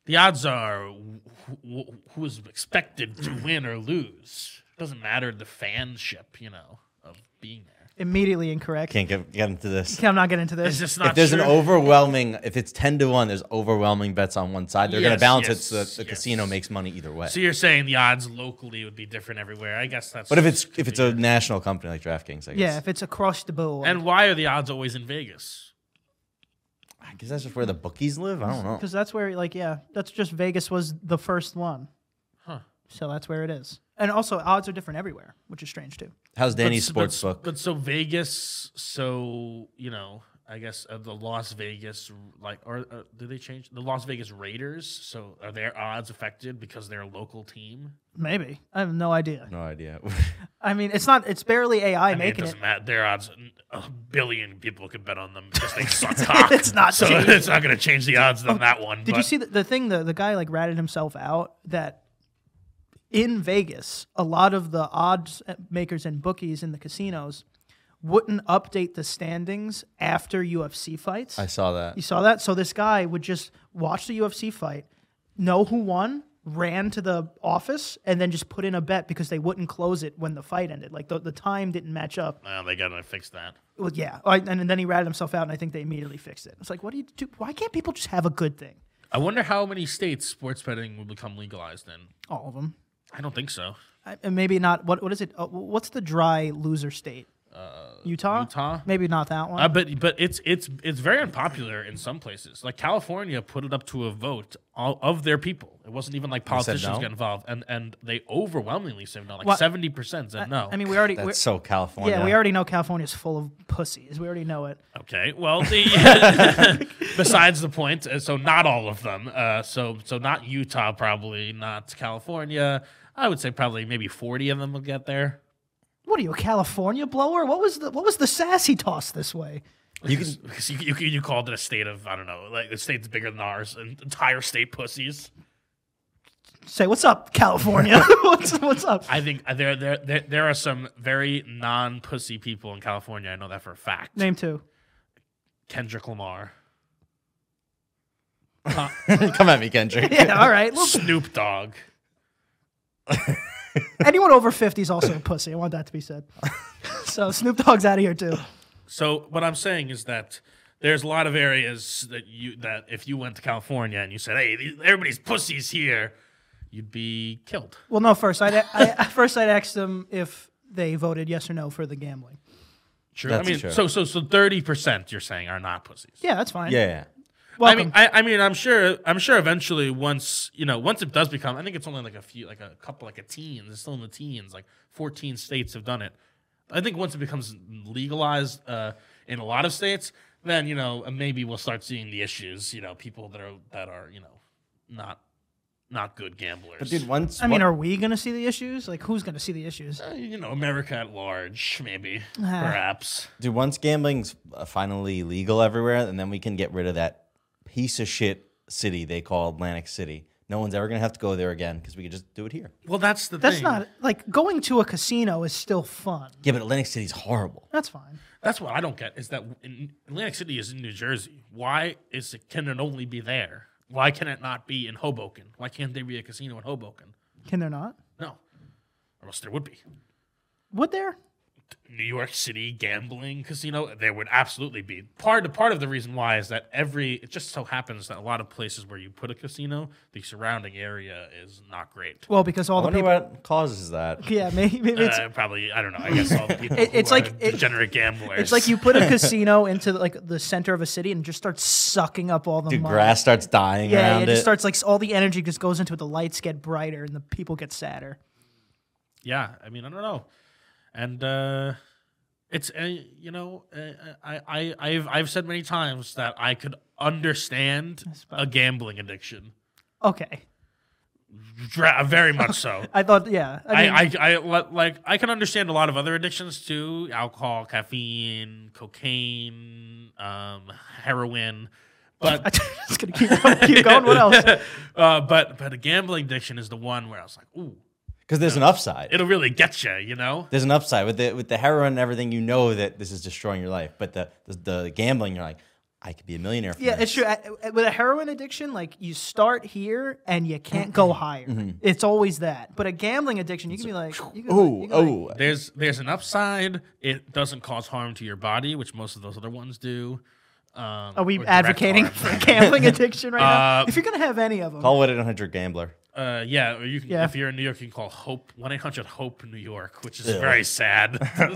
[SPEAKER 3] the odds are wh- wh- who is expected to win or lose. It doesn't matter the fanship, you know, of being there.
[SPEAKER 1] immediately incorrect.
[SPEAKER 2] Can't get, get into this.
[SPEAKER 1] Okay, I'm not getting into
[SPEAKER 3] Is
[SPEAKER 1] this.
[SPEAKER 3] this not
[SPEAKER 2] if there's
[SPEAKER 3] true?
[SPEAKER 2] an overwhelming, if it's ten to one, there's overwhelming bets on one side. They're going
[SPEAKER 3] Yes,
[SPEAKER 2] to balance
[SPEAKER 3] yes,
[SPEAKER 2] it so that the
[SPEAKER 3] yes.
[SPEAKER 2] casino makes money either way.
[SPEAKER 3] so you're saying the odds locally would be different everywhere? I guess that's.
[SPEAKER 2] but if it's if
[SPEAKER 3] configured.
[SPEAKER 2] it's a national company like DraftKings, I
[SPEAKER 1] Yeah,
[SPEAKER 2] guess.
[SPEAKER 1] if it's across the board.
[SPEAKER 3] and why are the odds always in Vegas?
[SPEAKER 2] I guess that's just where the bookies live. I don't know.
[SPEAKER 1] Because that's where, like, yeah, that's just Vegas was the first one.
[SPEAKER 3] Huh.
[SPEAKER 1] So that's where it is. And also, odds are different everywhere, which is strange too.
[SPEAKER 2] How's
[SPEAKER 3] But
[SPEAKER 2] Danny's
[SPEAKER 3] s- but
[SPEAKER 2] sports
[SPEAKER 3] s-
[SPEAKER 2] book?
[SPEAKER 3] But so Vegas, so you know, I guess of the Las Vegas, like, or, or do they change the Las Vegas Raiders? So are their odds affected because they're a local team?
[SPEAKER 1] Maybe I have no idea.
[SPEAKER 2] No idea.
[SPEAKER 1] I mean, it's not. It's barely AI
[SPEAKER 3] I mean, it
[SPEAKER 1] making it.
[SPEAKER 3] doesn't matter. Their odds, a billion people could bet on them because they suck cock.
[SPEAKER 1] It's not
[SPEAKER 3] so.
[SPEAKER 1] changed.
[SPEAKER 3] It's not going to change the odds on that one.
[SPEAKER 1] Did you
[SPEAKER 3] but-
[SPEAKER 1] see the, the thing? The the guy like ratted himself out that in Vegas, a lot of the odds makers and bookies in the casinos wouldn't update the standings after UFC fights.
[SPEAKER 2] I saw that.
[SPEAKER 1] You saw that? So this guy would just watch the UFC fight, know who won, ran to the office, and then just put in a bet because they wouldn't close it when the fight ended. Like the, the time didn't match up.
[SPEAKER 3] Well, they got to fix that.
[SPEAKER 1] Well, yeah. I, and then he ratted himself out, and I think they immediately fixed it. It's like, what do you do? Why can't people just have a good thing?
[SPEAKER 3] I wonder how many states sports betting will become legalized in.
[SPEAKER 1] All of them.
[SPEAKER 3] I don't think so.
[SPEAKER 1] I, and maybe not. What What is it? Uh, what's the dry loser state? Uh, Utah?
[SPEAKER 3] Utah?
[SPEAKER 1] Maybe not that one.
[SPEAKER 3] Uh, but but it's it's it's very unpopular in some places. Like California put it up to a vote all, of their people. It wasn't even like politicians
[SPEAKER 2] no?
[SPEAKER 3] got involved, and and they overwhelmingly said no. Like
[SPEAKER 1] Well,
[SPEAKER 3] seventy percent said no.
[SPEAKER 1] I mean, we already.
[SPEAKER 2] That's
[SPEAKER 1] we're-
[SPEAKER 2] so California.
[SPEAKER 1] yeah, we already know California's full of pussies. We already know it.
[SPEAKER 3] okay, well, the, besides the point, uh, so not all of them. Uh, so so not Utah, probably not California. I would say probably maybe forty of them will get there.
[SPEAKER 1] What are you, a California blower? What was the what was the sassy toss this way?
[SPEAKER 2] You
[SPEAKER 3] Because- because You, you, you called it a state of I don't know, like the state's bigger than ours, and entire state pussies.
[SPEAKER 1] Say what's up, California? what's what's up?
[SPEAKER 3] I think uh, there there there, there are some very non pussy people in California. I know that for a fact.
[SPEAKER 1] Name two.
[SPEAKER 3] Kendrick Lamar,
[SPEAKER 2] Come at me, Kendrick.
[SPEAKER 1] Yeah, all right. Well,
[SPEAKER 3] Snoop Dogg.
[SPEAKER 1] anyone over fifty is also a pussy. I want that to be said. so Snoop Dogg's out of here too.
[SPEAKER 3] So what I'm saying is that there's a lot of areas that you that if you went to California and you said, "Hey, these- everybody's pussies here," you'd be killed.
[SPEAKER 1] Well, no. First, I'd, I first I'd ask them if they voted yes or no for the gambling.
[SPEAKER 3] True.
[SPEAKER 2] That's
[SPEAKER 3] I mean,
[SPEAKER 2] true.
[SPEAKER 3] so so so thirty percent you're saying are not pussies.
[SPEAKER 1] Yeah, that's fine.
[SPEAKER 2] yeah.
[SPEAKER 1] Welcome.
[SPEAKER 3] I mean, I, I mean, I'm sure, I'm sure. Eventually, once you know, once it does become, I think it's only like a few, like a couple, like a teens. It's still in the teens. Like 14 states have done it. I think once it becomes legalized uh, in a lot of states, then you know, maybe we'll start seeing the issues. You know, people that are that are you know, not not good gamblers.
[SPEAKER 2] But dude, once
[SPEAKER 1] I mean,
[SPEAKER 2] one-
[SPEAKER 1] are we gonna see the issues? Like, who's gonna see the issues?
[SPEAKER 3] Uh, you know, America at large, maybe, perhaps.
[SPEAKER 2] dude, once gambling's uh, finally legal everywhere, and then we can get rid of that piece of shit city they call Atlantic City. No one's ever gonna have to go there again because we could just do it here.
[SPEAKER 3] Well, that's the
[SPEAKER 1] That's
[SPEAKER 3] thing.
[SPEAKER 1] not like going to a casino is still fun.
[SPEAKER 2] Yeah, but Atlantic City's horrible.
[SPEAKER 1] That's fine.
[SPEAKER 3] That's what I don't get is that in, Atlantic City is in New Jersey. Why is it, can it only be there? Why can it not be in Hoboken? Why can't there be a casino in Hoboken?
[SPEAKER 1] Can there not?
[SPEAKER 3] No, or else there would be.
[SPEAKER 1] Would there?
[SPEAKER 3] New York City gambling casino, there would absolutely be. Part part of the reason why is that every it just so happens that a lot of places where you put a casino, the surrounding area is not great.
[SPEAKER 1] Well, because all
[SPEAKER 2] I
[SPEAKER 1] the
[SPEAKER 2] wonder
[SPEAKER 1] people.
[SPEAKER 2] what causes that.
[SPEAKER 1] yeah, maybe, maybe it's
[SPEAKER 3] Uh, probably I don't know. I guess all the people
[SPEAKER 1] It-
[SPEAKER 3] who
[SPEAKER 1] it's
[SPEAKER 3] are
[SPEAKER 1] like- it-
[SPEAKER 3] degenerate gamblers.
[SPEAKER 1] It's like you put a casino into like the center of a city and just starts sucking up all the
[SPEAKER 2] Dude,
[SPEAKER 1] money.
[SPEAKER 2] grass starts dying
[SPEAKER 1] yeah, yeah,
[SPEAKER 2] around
[SPEAKER 1] it
[SPEAKER 2] it.
[SPEAKER 1] just starts like all the energy just goes into it. The lights get brighter and the people get sadder.
[SPEAKER 3] yeah i mean i don't know and uh it's uh, you know uh, I, I i've i've said many times that i could understand a gambling addiction
[SPEAKER 1] Okay,
[SPEAKER 3] Dra- uh, very much so
[SPEAKER 1] I thought yeah. I
[SPEAKER 3] I,
[SPEAKER 1] mean,
[SPEAKER 3] I, I li- like I can understand a lot of other addictions too: alcohol, caffeine, cocaine, um, heroin. But
[SPEAKER 1] just gonna keep going, keep going. What else?
[SPEAKER 3] uh, but but a gambling addiction is the one where I was like, ooh,
[SPEAKER 2] Because there's an upside.
[SPEAKER 3] it'll really get you, you know.
[SPEAKER 2] There's an upside with the with the heroin and everything. You know that this is destroying your life, but the the, the gambling, you're like, I could be a millionaire. From
[SPEAKER 1] Yeah,
[SPEAKER 2] this.
[SPEAKER 1] it's true. I- I- With a heroin addiction, like you start here and you can't
[SPEAKER 2] Mm-hmm.
[SPEAKER 1] go higher. It's always that. But a gambling addiction, you can be like, you can,
[SPEAKER 2] Ooh,
[SPEAKER 1] you can, like-
[SPEAKER 2] oh,
[SPEAKER 3] There's there's an upside. It doesn't cause harm to your body, which most of those other ones do. Um,
[SPEAKER 1] are we
[SPEAKER 3] or direct
[SPEAKER 1] advocating
[SPEAKER 3] harm.
[SPEAKER 1] for gambling addiction right now?
[SPEAKER 3] Uh,
[SPEAKER 1] If you're gonna have any of them,
[SPEAKER 2] call it an hundred gambler.
[SPEAKER 3] Uh, yeah, or you can,
[SPEAKER 1] Yeah.
[SPEAKER 3] if you're in New York, you can call Hope one eight hundred Hope New York, which is very sad,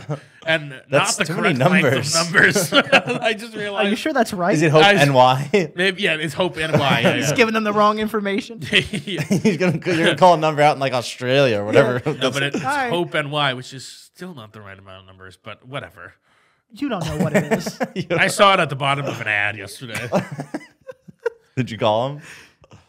[SPEAKER 3] and
[SPEAKER 2] That's
[SPEAKER 3] not the
[SPEAKER 2] too many
[SPEAKER 3] correct numbers.
[SPEAKER 2] numbers.
[SPEAKER 3] numbers. I just
[SPEAKER 1] are
[SPEAKER 3] realized.
[SPEAKER 1] you sure that's right?
[SPEAKER 2] Is it Hope
[SPEAKER 3] I was-
[SPEAKER 2] NY?
[SPEAKER 3] Maybe yeah, it's Hope and why. yeah,
[SPEAKER 1] He's
[SPEAKER 3] yeah.
[SPEAKER 1] giving them the wrong information.
[SPEAKER 3] Yeah.
[SPEAKER 2] He's gonna you're gonna call a number out in like Australia or whatever.
[SPEAKER 3] No, but it, it's
[SPEAKER 1] All right.
[SPEAKER 3] Hope and why, which is still not the right amount of numbers, but whatever.
[SPEAKER 1] You don't know what it is.
[SPEAKER 3] I saw it at the bottom of an ad yesterday.
[SPEAKER 2] Did you call him?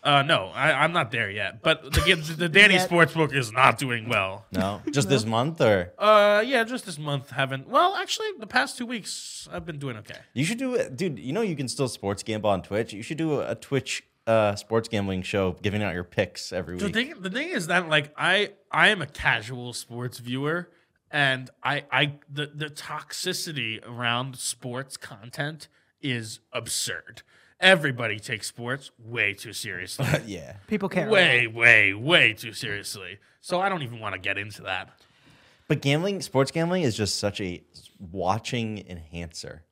[SPEAKER 3] Uh, no, I, I'm not there yet. But the, the Danny
[SPEAKER 1] Yet.
[SPEAKER 3] Sportsbook is not doing well.
[SPEAKER 2] No. Just this month, or
[SPEAKER 3] Uh, yeah, just this month haven't. Well, actually, the past two weeks I've been doing okay.
[SPEAKER 2] you should do, dude. You know you can still sports gamble on Twitch. You should do a Twitch uh, sports gambling show, giving out your picks every
[SPEAKER 3] The
[SPEAKER 2] week.
[SPEAKER 3] thing, the thing is that like I, I am a casual sports viewer, and I, I, the, the toxicity around sports content is absurd. Everybody takes sports way too seriously.
[SPEAKER 2] yeah.
[SPEAKER 1] People care.
[SPEAKER 3] way, way, way too seriously. So I don't even want to get into that.
[SPEAKER 2] But gambling, sports gambling, is just such a watching enhancer.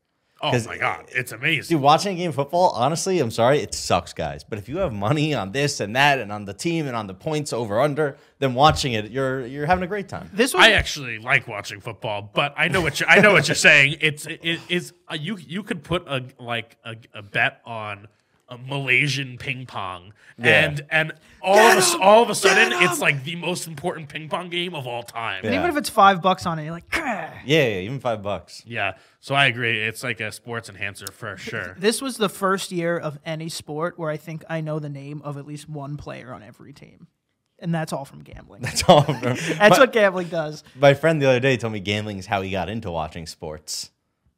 [SPEAKER 3] Oh
[SPEAKER 2] 'Cause-
[SPEAKER 3] my god, it's amazing.
[SPEAKER 2] Dude, watching a game of football, honestly, I'm sorry, it sucks, guys. But if you have money on this and that, and on the team and on the points over under, then watching it, you're you're having a great time.
[SPEAKER 1] This was
[SPEAKER 3] I actually like watching football, but I know what you're, I know what you're saying. It's it is uh, you you could put a like a, a bet on a Malaysian ping pong,
[SPEAKER 2] Yeah.
[SPEAKER 3] and and all of a, s- all of a sudden it's like the most important ping pong game of all time. Yeah.
[SPEAKER 2] Yeah.
[SPEAKER 1] even if it's five bucks on it, you're like, "Grr."
[SPEAKER 2] Yeah, yeah, even five bucks.
[SPEAKER 3] so I agree. It's like a sports enhancer for sure.
[SPEAKER 1] this was the first year of any sport where I think I know the name of at least one player on every team, and that's all from gambling.
[SPEAKER 2] That's all. bro.
[SPEAKER 1] That's
[SPEAKER 2] my,
[SPEAKER 1] what gambling does.
[SPEAKER 2] my friend the other day told me gambling is how he got into watching sports.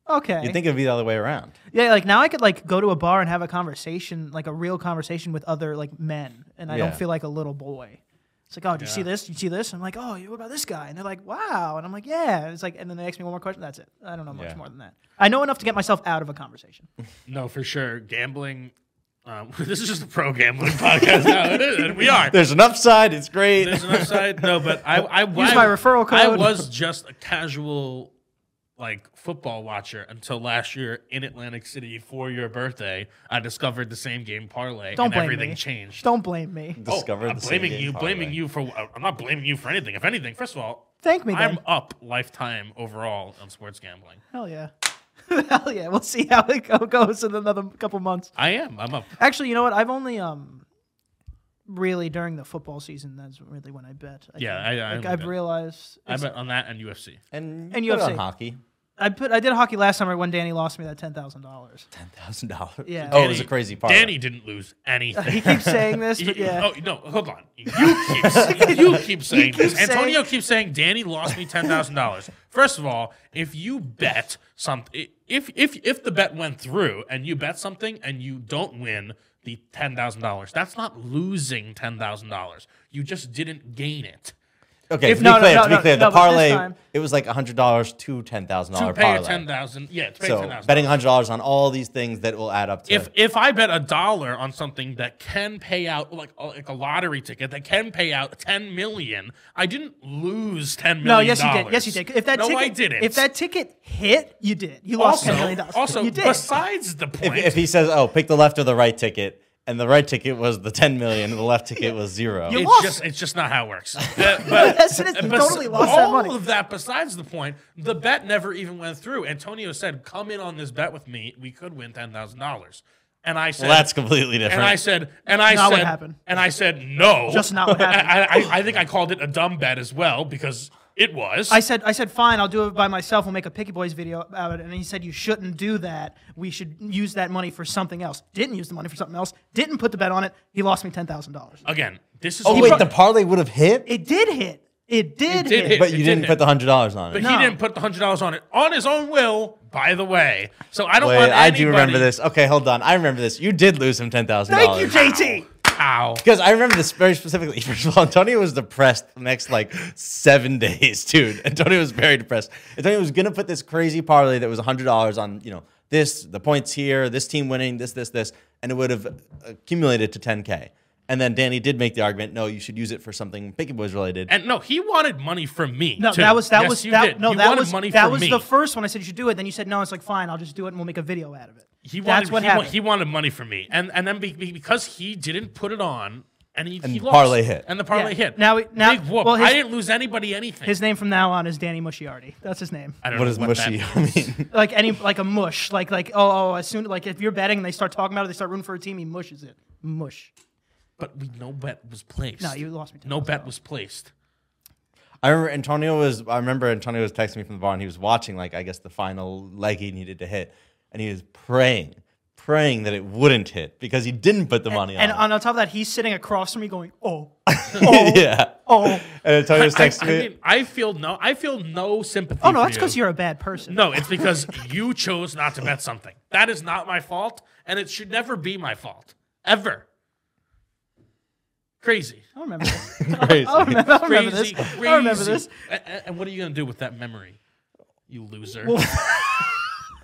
[SPEAKER 1] Okay.
[SPEAKER 2] You would think it'd be the other way around?
[SPEAKER 1] yeah, like now I could like go to a bar and have a conversation, like a real conversation with other like men, and I
[SPEAKER 2] Yeah.
[SPEAKER 1] don't feel like a little boy. It's like, oh, did you see this? Did you see this? I'm like, oh, what about this guy? And they're like, wow. And I'm like, yeah. And it's like, and then they ask me one more question. That's it. I don't know much
[SPEAKER 2] Yeah.
[SPEAKER 1] more than that. I know enough to get myself out of a conversation.
[SPEAKER 3] No, for sure. Gambling. Um, this is just a pro gambling podcast. now. It is, and we are.
[SPEAKER 2] There's an upside. It's great.
[SPEAKER 3] There's an upside. No, but I, I
[SPEAKER 1] Use
[SPEAKER 3] I-
[SPEAKER 1] my referral
[SPEAKER 3] I
[SPEAKER 1] code.
[SPEAKER 3] was just a casual, like football watcher until last year in Atlantic City for your birthday. I discovered the same game parlay,
[SPEAKER 1] Don't
[SPEAKER 3] and
[SPEAKER 1] blame
[SPEAKER 3] everything
[SPEAKER 1] me.
[SPEAKER 3] changed.
[SPEAKER 1] Don't blame me.
[SPEAKER 3] Oh,
[SPEAKER 2] Discovered
[SPEAKER 3] I'm
[SPEAKER 2] the same
[SPEAKER 3] blaming
[SPEAKER 2] game
[SPEAKER 3] you, blaming
[SPEAKER 2] parlay.
[SPEAKER 3] you for. uh, I'm not blaming you for anything. If anything, first of all,
[SPEAKER 1] Thank me. Then.
[SPEAKER 3] I'm up lifetime overall on sports gambling.
[SPEAKER 1] Hell yeah. Hell yeah. We'll see how it go- goes in another couple months.
[SPEAKER 3] I am. I'm up.
[SPEAKER 1] Actually, you know what? I've only um really during the football season that's really when I bet. I
[SPEAKER 3] Yeah,
[SPEAKER 1] think.
[SPEAKER 3] I- I
[SPEAKER 1] like,
[SPEAKER 3] only
[SPEAKER 1] I've
[SPEAKER 3] bet.
[SPEAKER 1] realized
[SPEAKER 3] I
[SPEAKER 1] it's-
[SPEAKER 3] bet on that and UFC.
[SPEAKER 2] and
[SPEAKER 1] And
[SPEAKER 2] you put it on
[SPEAKER 1] UFC.
[SPEAKER 2] hockey.
[SPEAKER 1] I put I did hockey last summer when Danny lost me that ten thousand dollars.
[SPEAKER 2] Ten thousand dollars.
[SPEAKER 1] Yeah.
[SPEAKER 2] Oh, it was a
[SPEAKER 3] Danny-
[SPEAKER 2] crazy part.
[SPEAKER 3] Danny didn't lose anything.
[SPEAKER 1] He keeps saying this,
[SPEAKER 3] You-
[SPEAKER 1] but yeah.
[SPEAKER 3] Oh no! Hold on. You keep saying, you keep saying
[SPEAKER 1] keeps
[SPEAKER 3] this. Antonio keeps saying Danny lost me ten thousand dollars. First of all, if you bet something, if if if the bet went through and you bet something and you don't win the ten thousand dollars, that's not losing ten thousand dollars. You just didn't gain it.
[SPEAKER 2] Okay,
[SPEAKER 1] If-
[SPEAKER 2] to be
[SPEAKER 1] no, no,
[SPEAKER 2] clear,
[SPEAKER 1] no,
[SPEAKER 2] to be
[SPEAKER 1] no,
[SPEAKER 2] clear,
[SPEAKER 1] no,
[SPEAKER 2] the
[SPEAKER 1] but this
[SPEAKER 2] parlay
[SPEAKER 1] time-
[SPEAKER 2] it was like hundred dollars to ten thousand
[SPEAKER 3] To
[SPEAKER 2] dollar
[SPEAKER 3] pay a
[SPEAKER 2] parlay.
[SPEAKER 3] ten thousand, yeah, to pay ten
[SPEAKER 2] so
[SPEAKER 3] thousand.
[SPEAKER 2] betting hundred dollars on all these things that will add up to
[SPEAKER 3] if if I bet a dollar on something that can pay out like a- like a lottery ticket that can pay out ten million, I didn't lose ten million.
[SPEAKER 1] No, yes you did. Yes you did. If that
[SPEAKER 3] no,
[SPEAKER 1] ticket
[SPEAKER 3] I didn't.
[SPEAKER 1] if that ticket hit, you did. You lost
[SPEAKER 3] also
[SPEAKER 1] ten million dollars.
[SPEAKER 3] also
[SPEAKER 1] you did.
[SPEAKER 3] besides the
[SPEAKER 2] if,
[SPEAKER 3] point,
[SPEAKER 2] if he says, "Oh, pick the left or the right ticket," and the right ticket was the ten million, and the left ticket was zero.
[SPEAKER 1] You-
[SPEAKER 3] it's
[SPEAKER 1] lost.
[SPEAKER 3] just it's just not how it works. Uh, but-
[SPEAKER 1] Yes, it is. You
[SPEAKER 3] bes-
[SPEAKER 1] totally lost that
[SPEAKER 3] all
[SPEAKER 1] money.
[SPEAKER 3] of that besides the point, the bet never even went through. Antonio said, "Come in on this bet with me. We could win ten thousand dollars." And I said,
[SPEAKER 2] well, that's completely different.
[SPEAKER 3] And I said, and I
[SPEAKER 1] Not what
[SPEAKER 3] said,
[SPEAKER 1] happened.
[SPEAKER 3] and I said, no,
[SPEAKER 1] Just not what happened.
[SPEAKER 3] I, I, I think I called it a dumb bet as well because it was.
[SPEAKER 1] I said, I said, fine, I'll do it by myself. We'll make a Picky Boys video about it. And he said, you shouldn't do that. We should use that money for something else. Didn't use the money for something else. Didn't put the bet on it. He lost me ten thousand dollars.
[SPEAKER 3] Again, this is
[SPEAKER 2] oh
[SPEAKER 3] all-
[SPEAKER 2] wait, the parlay would have hit,
[SPEAKER 1] It did hit. It did,
[SPEAKER 3] It did
[SPEAKER 1] hit.
[SPEAKER 3] hit.
[SPEAKER 2] but you
[SPEAKER 3] it did
[SPEAKER 2] didn't
[SPEAKER 3] hit.
[SPEAKER 2] put the hundred dollars on it.
[SPEAKER 3] but
[SPEAKER 1] No.
[SPEAKER 3] he didn't put the hundred dollars on it on his own will. By the way, so I don't
[SPEAKER 2] Wait,
[SPEAKER 3] want.
[SPEAKER 2] I do remember
[SPEAKER 3] anybody-
[SPEAKER 2] this. Okay, hold on, I remember this. You did lose him ten thousand
[SPEAKER 1] Thank you,
[SPEAKER 2] dollars.
[SPEAKER 1] JT.
[SPEAKER 3] Ow.
[SPEAKER 2] Because I remember this very specifically. First of all, Antonio was depressed the next like seven days, dude. Antonio was very depressed. Antonio was gonna put this crazy parlay that was hundred dollars on you know this, the points here, this team winning, this, this, this, and it would have accumulated to ten k. And then Danny did make the argument, no, you should use it for something Picky Boys related.
[SPEAKER 3] And no, he wanted money from me.
[SPEAKER 1] No,
[SPEAKER 3] too.
[SPEAKER 1] that was that
[SPEAKER 3] Yes,
[SPEAKER 1] was
[SPEAKER 3] you
[SPEAKER 1] that
[SPEAKER 3] did.
[SPEAKER 1] no
[SPEAKER 3] he
[SPEAKER 1] that
[SPEAKER 3] wanted
[SPEAKER 1] was
[SPEAKER 3] money
[SPEAKER 1] that
[SPEAKER 3] from
[SPEAKER 1] was
[SPEAKER 3] me.
[SPEAKER 1] the first one. I said you should do it. Then you said no. It's like fine. I'll just do it and we'll make a video out of it.
[SPEAKER 3] He wanted,
[SPEAKER 1] That's what
[SPEAKER 3] he, wa-
[SPEAKER 1] happened.
[SPEAKER 3] he wanted money from me, and and then be, be- because he didn't put it on, and he, he
[SPEAKER 2] And
[SPEAKER 3] lost.
[SPEAKER 2] parlay hit.
[SPEAKER 3] and the parlay
[SPEAKER 1] Yeah.
[SPEAKER 3] hit.
[SPEAKER 1] Now he- now-
[SPEAKER 3] Big whoop.
[SPEAKER 1] well, his-
[SPEAKER 3] I didn't lose anybody anything.
[SPEAKER 1] his name from now on is Danny Mushiardi. That's his name.
[SPEAKER 3] I don't
[SPEAKER 2] What
[SPEAKER 3] know
[SPEAKER 2] is
[SPEAKER 3] what that
[SPEAKER 2] mushy?
[SPEAKER 3] means.
[SPEAKER 2] I mean,
[SPEAKER 1] Like any like a mush. Like like oh oh. As soon like if you're betting and they start talking about it, they start rooting for a team. He mushes it. Mush.
[SPEAKER 3] But we no bet was placed.
[SPEAKER 1] No, you lost me.
[SPEAKER 3] No bet was placed.
[SPEAKER 2] I remember Antonio was. I remember Antonio was texting me from the bar, and he was watching like I guess the final leg he needed to hit, and he was praying, praying that it wouldn't hit because he didn't put the money
[SPEAKER 1] And
[SPEAKER 2] on.
[SPEAKER 1] on top of that, he's sitting across from me going, oh,
[SPEAKER 2] it. yeah.
[SPEAKER 1] oh.
[SPEAKER 2] And Antonio was
[SPEAKER 3] I,
[SPEAKER 2] texting
[SPEAKER 3] I
[SPEAKER 2] me.
[SPEAKER 3] mean, I feel no, I feel no sympathy.
[SPEAKER 1] Oh, no,
[SPEAKER 3] for
[SPEAKER 1] that's because
[SPEAKER 3] you.
[SPEAKER 1] you're a bad person.
[SPEAKER 3] No, it's because you chose not to bet something. That is not my fault, and it should never be my fault ever. Crazy.
[SPEAKER 1] I don't remember this.
[SPEAKER 2] Crazy.
[SPEAKER 1] I don't remember, I don't remember this.
[SPEAKER 3] crazy, crazy.
[SPEAKER 1] I don't remember this.
[SPEAKER 3] A- a- And what are you gonna do with that memory, you loser? what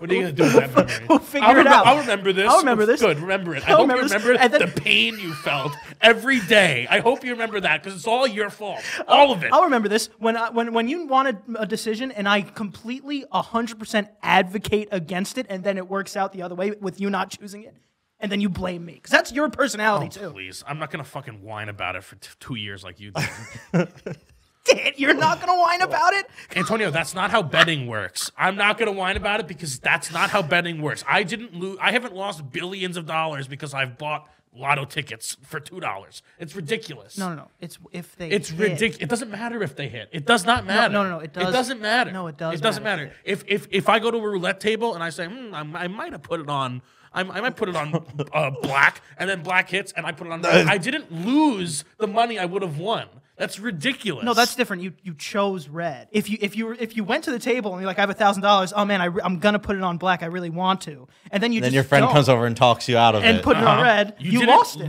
[SPEAKER 3] are you gonna do with that memory?
[SPEAKER 1] we'll figure
[SPEAKER 3] I'll
[SPEAKER 1] it out.
[SPEAKER 3] I'll remember this.
[SPEAKER 1] I'll remember this.
[SPEAKER 3] Good, remember it. I
[SPEAKER 1] I'll
[SPEAKER 3] hope
[SPEAKER 1] remember
[SPEAKER 3] you
[SPEAKER 1] this.
[SPEAKER 3] remember
[SPEAKER 1] And then-
[SPEAKER 3] the pain you felt every day. I hope you remember that because it's all your fault, all of it.
[SPEAKER 1] I'll remember this when I, when when you wanted a decision and I completely 100% advocate against it and then it works out the other way with you not choosing it and then you blame me cuz that's your personality too.
[SPEAKER 3] Please, I'm not gonna fucking whine about it for t- two years like you did.
[SPEAKER 1] Dad, you're not going to whine about it?
[SPEAKER 3] Antonio, that's not how betting works. I'm not going to whine about it because that's not how betting works. I didn't lose. I haven't lost billions of dollars because I've bought lotto tickets for two dollars. It's ridiculous.
[SPEAKER 1] No, no, no. It's if they
[SPEAKER 3] It's
[SPEAKER 1] hit.
[SPEAKER 3] ridiculous. It doesn't matter if they hit. It does not matter.
[SPEAKER 1] no, no, it does-
[SPEAKER 3] It doesn't matter.
[SPEAKER 1] no, it does
[SPEAKER 3] It doesn't
[SPEAKER 1] matter if
[SPEAKER 3] matter. If if if I go to a roulette table and I say, hmm, I'm- I, might have put it on. I'm- I might put it on uh, black, and then black hits, and I put it on. red. I didn't lose the money I would have won. That's ridiculous.
[SPEAKER 1] No, that's different. You you chose red. If you if you were, if you went to the table and you're like I have a thousand dollars. Oh man, I am gonna put it on black. I really want to. And then you
[SPEAKER 2] then
[SPEAKER 1] just
[SPEAKER 2] your friend
[SPEAKER 1] don't.
[SPEAKER 2] comes over and talks you out of
[SPEAKER 1] and
[SPEAKER 2] it.
[SPEAKER 1] put it on
[SPEAKER 3] Uh-huh.
[SPEAKER 1] red. You,
[SPEAKER 3] didn't
[SPEAKER 1] lost it.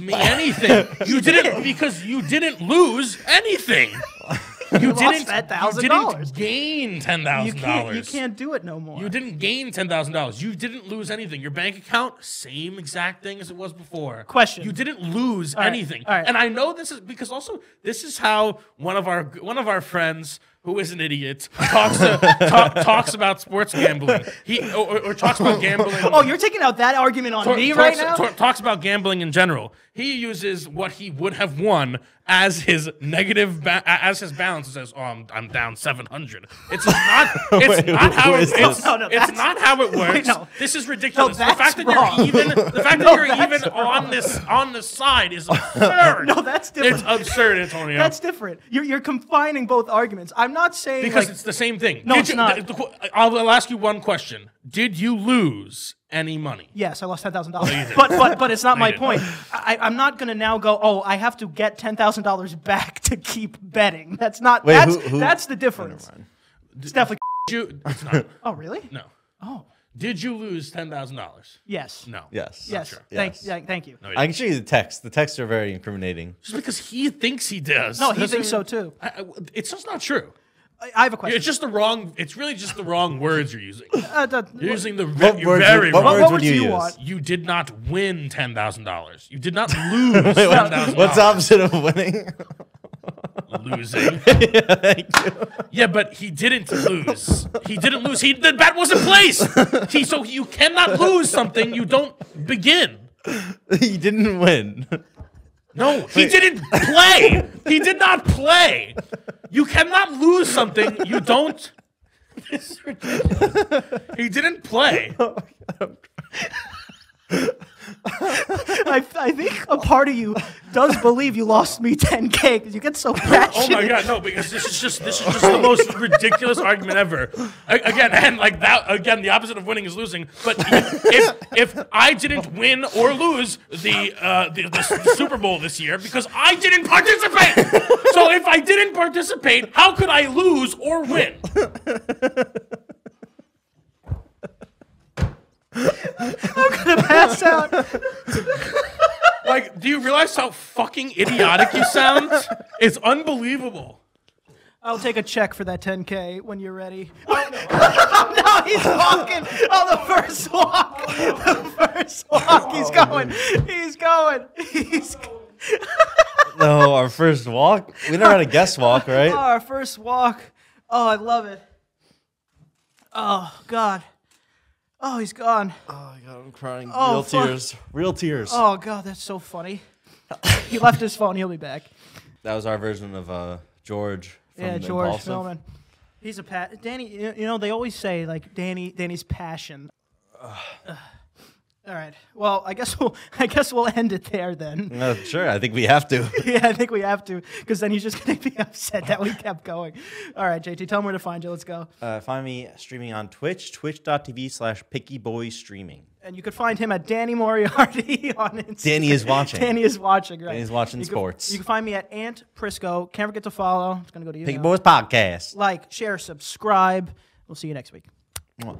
[SPEAKER 3] me anything. You didn't because you didn't lose anything. You, didn't
[SPEAKER 1] lost that
[SPEAKER 3] you didn't
[SPEAKER 1] $1,000.
[SPEAKER 3] Gain ten
[SPEAKER 1] You
[SPEAKER 3] thousand
[SPEAKER 1] can't
[SPEAKER 3] dollars.
[SPEAKER 1] you can't do it no more.
[SPEAKER 3] You didn't gain ten thousand dollars. You didn't lose anything. Your bank account, same exact thing as it was before.
[SPEAKER 1] Question.
[SPEAKER 3] You didn't lose
[SPEAKER 1] right,
[SPEAKER 3] anything.
[SPEAKER 1] all right.
[SPEAKER 3] And I know this is because also this is how one of our one of our friends who is an idiot talks to, talk, talks about sports gambling. He or, or talks about gambling.
[SPEAKER 1] oh, you're taking out that argument on
[SPEAKER 3] Tor-
[SPEAKER 1] me
[SPEAKER 3] talks,
[SPEAKER 1] right now.
[SPEAKER 3] tor- talks about gambling in general. He uses what he would have won as his negative, ba- a- as his balance. and says, "Oh, I'm, I'm down 700." It's not. It's
[SPEAKER 2] Wait,
[SPEAKER 3] not how
[SPEAKER 2] who
[SPEAKER 3] it,
[SPEAKER 2] is this?
[SPEAKER 3] it's,
[SPEAKER 1] No, no,
[SPEAKER 3] it's
[SPEAKER 1] that's-
[SPEAKER 3] not how it works.
[SPEAKER 1] no.
[SPEAKER 3] This is ridiculous. the
[SPEAKER 1] that's
[SPEAKER 3] fact that
[SPEAKER 1] wrong.
[SPEAKER 3] you're even, the fact
[SPEAKER 1] No,
[SPEAKER 3] that you're
[SPEAKER 1] that's
[SPEAKER 3] even on this on this side is absurd.
[SPEAKER 1] No, that's
[SPEAKER 3] it's
[SPEAKER 1] different.
[SPEAKER 3] absurd, Antonio.
[SPEAKER 1] That's different. You're, you're confining both arguments. I'm not saying
[SPEAKER 3] because
[SPEAKER 1] like,
[SPEAKER 3] it's the same thing.
[SPEAKER 1] No, it's
[SPEAKER 3] you,
[SPEAKER 1] not.
[SPEAKER 3] the- the qu- I'll, I'll ask you one question. Did you lose any money?
[SPEAKER 1] yes, I lost ten thousand dollars, but but but it's not my
[SPEAKER 3] you didn't.
[SPEAKER 1] point. I, I'm not gonna now go. Oh, I have to get ten thousand dollars back to keep betting. That's not.
[SPEAKER 2] Wait,
[SPEAKER 1] that's
[SPEAKER 2] who- who-
[SPEAKER 1] that's the difference. It's definitely.
[SPEAKER 3] Did you? It's not.
[SPEAKER 1] Oh really?
[SPEAKER 3] No.
[SPEAKER 1] Oh
[SPEAKER 3] Did you lose ten thousand dollars?
[SPEAKER 1] yes.
[SPEAKER 3] No.
[SPEAKER 2] yes.
[SPEAKER 1] Yes.
[SPEAKER 2] Sure.
[SPEAKER 1] Thank,
[SPEAKER 2] Yes.
[SPEAKER 1] thank thank you. No,
[SPEAKER 2] I can show you the text. The texts are very incriminating.
[SPEAKER 3] Just because he thinks he does.
[SPEAKER 1] he
[SPEAKER 3] doesn't-
[SPEAKER 1] thinks so too.
[SPEAKER 3] I, I- it's just not true.
[SPEAKER 1] I, I have a question.
[SPEAKER 3] It's just the wrong. It's really just the wrong words you're using.
[SPEAKER 1] Uh, the-
[SPEAKER 3] You're using the
[SPEAKER 2] What
[SPEAKER 3] ve- you're
[SPEAKER 2] words
[SPEAKER 3] very
[SPEAKER 2] would, what
[SPEAKER 3] wrong.
[SPEAKER 2] words
[SPEAKER 1] What
[SPEAKER 2] would
[SPEAKER 1] would
[SPEAKER 2] you,
[SPEAKER 1] you
[SPEAKER 2] use?
[SPEAKER 1] want?
[SPEAKER 3] You did not win ten thousand dollars. You did not lose ten thousand
[SPEAKER 2] What's the
[SPEAKER 3] dollars.
[SPEAKER 2] opposite of winning?
[SPEAKER 3] Losing. Yeah, but he didn't lose. He didn't lose. He the bet wasn't placed. He, so you cannot lose something you don't begin.
[SPEAKER 2] you didn't win.
[SPEAKER 3] No, he didn't play. He did not play. You cannot lose something you don't. This is ridiculous. He didn't play.
[SPEAKER 1] I, I think a part of you does believe you lost me 10k because you get so
[SPEAKER 3] Oh
[SPEAKER 1] passionate.
[SPEAKER 3] my god, no! Because this is just this is just the most ridiculous argument ever. A- Again, and like that again, the opposite of winning is losing. But if if I didn't win or lose the uh, the, the S- Super Bowl this year because I didn't participate, so if I didn't participate, how could I lose or win?
[SPEAKER 1] I'm gonna pass out.
[SPEAKER 3] Like, do you realize how fucking idiotic you sound? It's unbelievable.
[SPEAKER 1] I'll take a check for that 10k when you're ready. Oh, no. he's walking. Oh, the first walk. The first walk. He's going. He's going. He's.
[SPEAKER 2] no, our first walk. We never had a guest walk,
[SPEAKER 1] Oh,
[SPEAKER 2] right?
[SPEAKER 1] our first walk. Oh, I love it. Oh God. Oh, he's gone.
[SPEAKER 2] Oh my god, I'm crying.
[SPEAKER 1] Oh,
[SPEAKER 2] Real
[SPEAKER 1] fuck.
[SPEAKER 2] tears. Real tears.
[SPEAKER 1] Oh God, that's so funny. He left his phone. He'll be back.
[SPEAKER 2] That was our version of uh, George. From
[SPEAKER 1] Yeah, George
[SPEAKER 2] Impulsive.
[SPEAKER 1] Philman. He's a pat. Danny, you you know, they always say like Danny. Danny's passion. All right. Well, I guess we'll I guess we'll end it there then.
[SPEAKER 2] No, sure, I think we have to.
[SPEAKER 1] yeah, I think we have to because then he's just going to be upset that we kept going. All right, JT, tell him where to find you. Let's go.
[SPEAKER 2] Uh, find me streaming on Twitch, twitch.tv slash pickyboystreaming.
[SPEAKER 1] And you could find him at Danny Moriarty on Instagram.
[SPEAKER 2] Danny is watching.
[SPEAKER 1] Danny is watching, right?
[SPEAKER 2] Danny's watching
[SPEAKER 1] You could-
[SPEAKER 2] sports.
[SPEAKER 1] you can find me at Ant Prisco. Can't forget to follow. It's going to go to you.
[SPEAKER 2] Picky
[SPEAKER 1] now.
[SPEAKER 2] Boys Podcast.
[SPEAKER 1] Like, share, subscribe. We'll see you next week.
[SPEAKER 2] Mwah.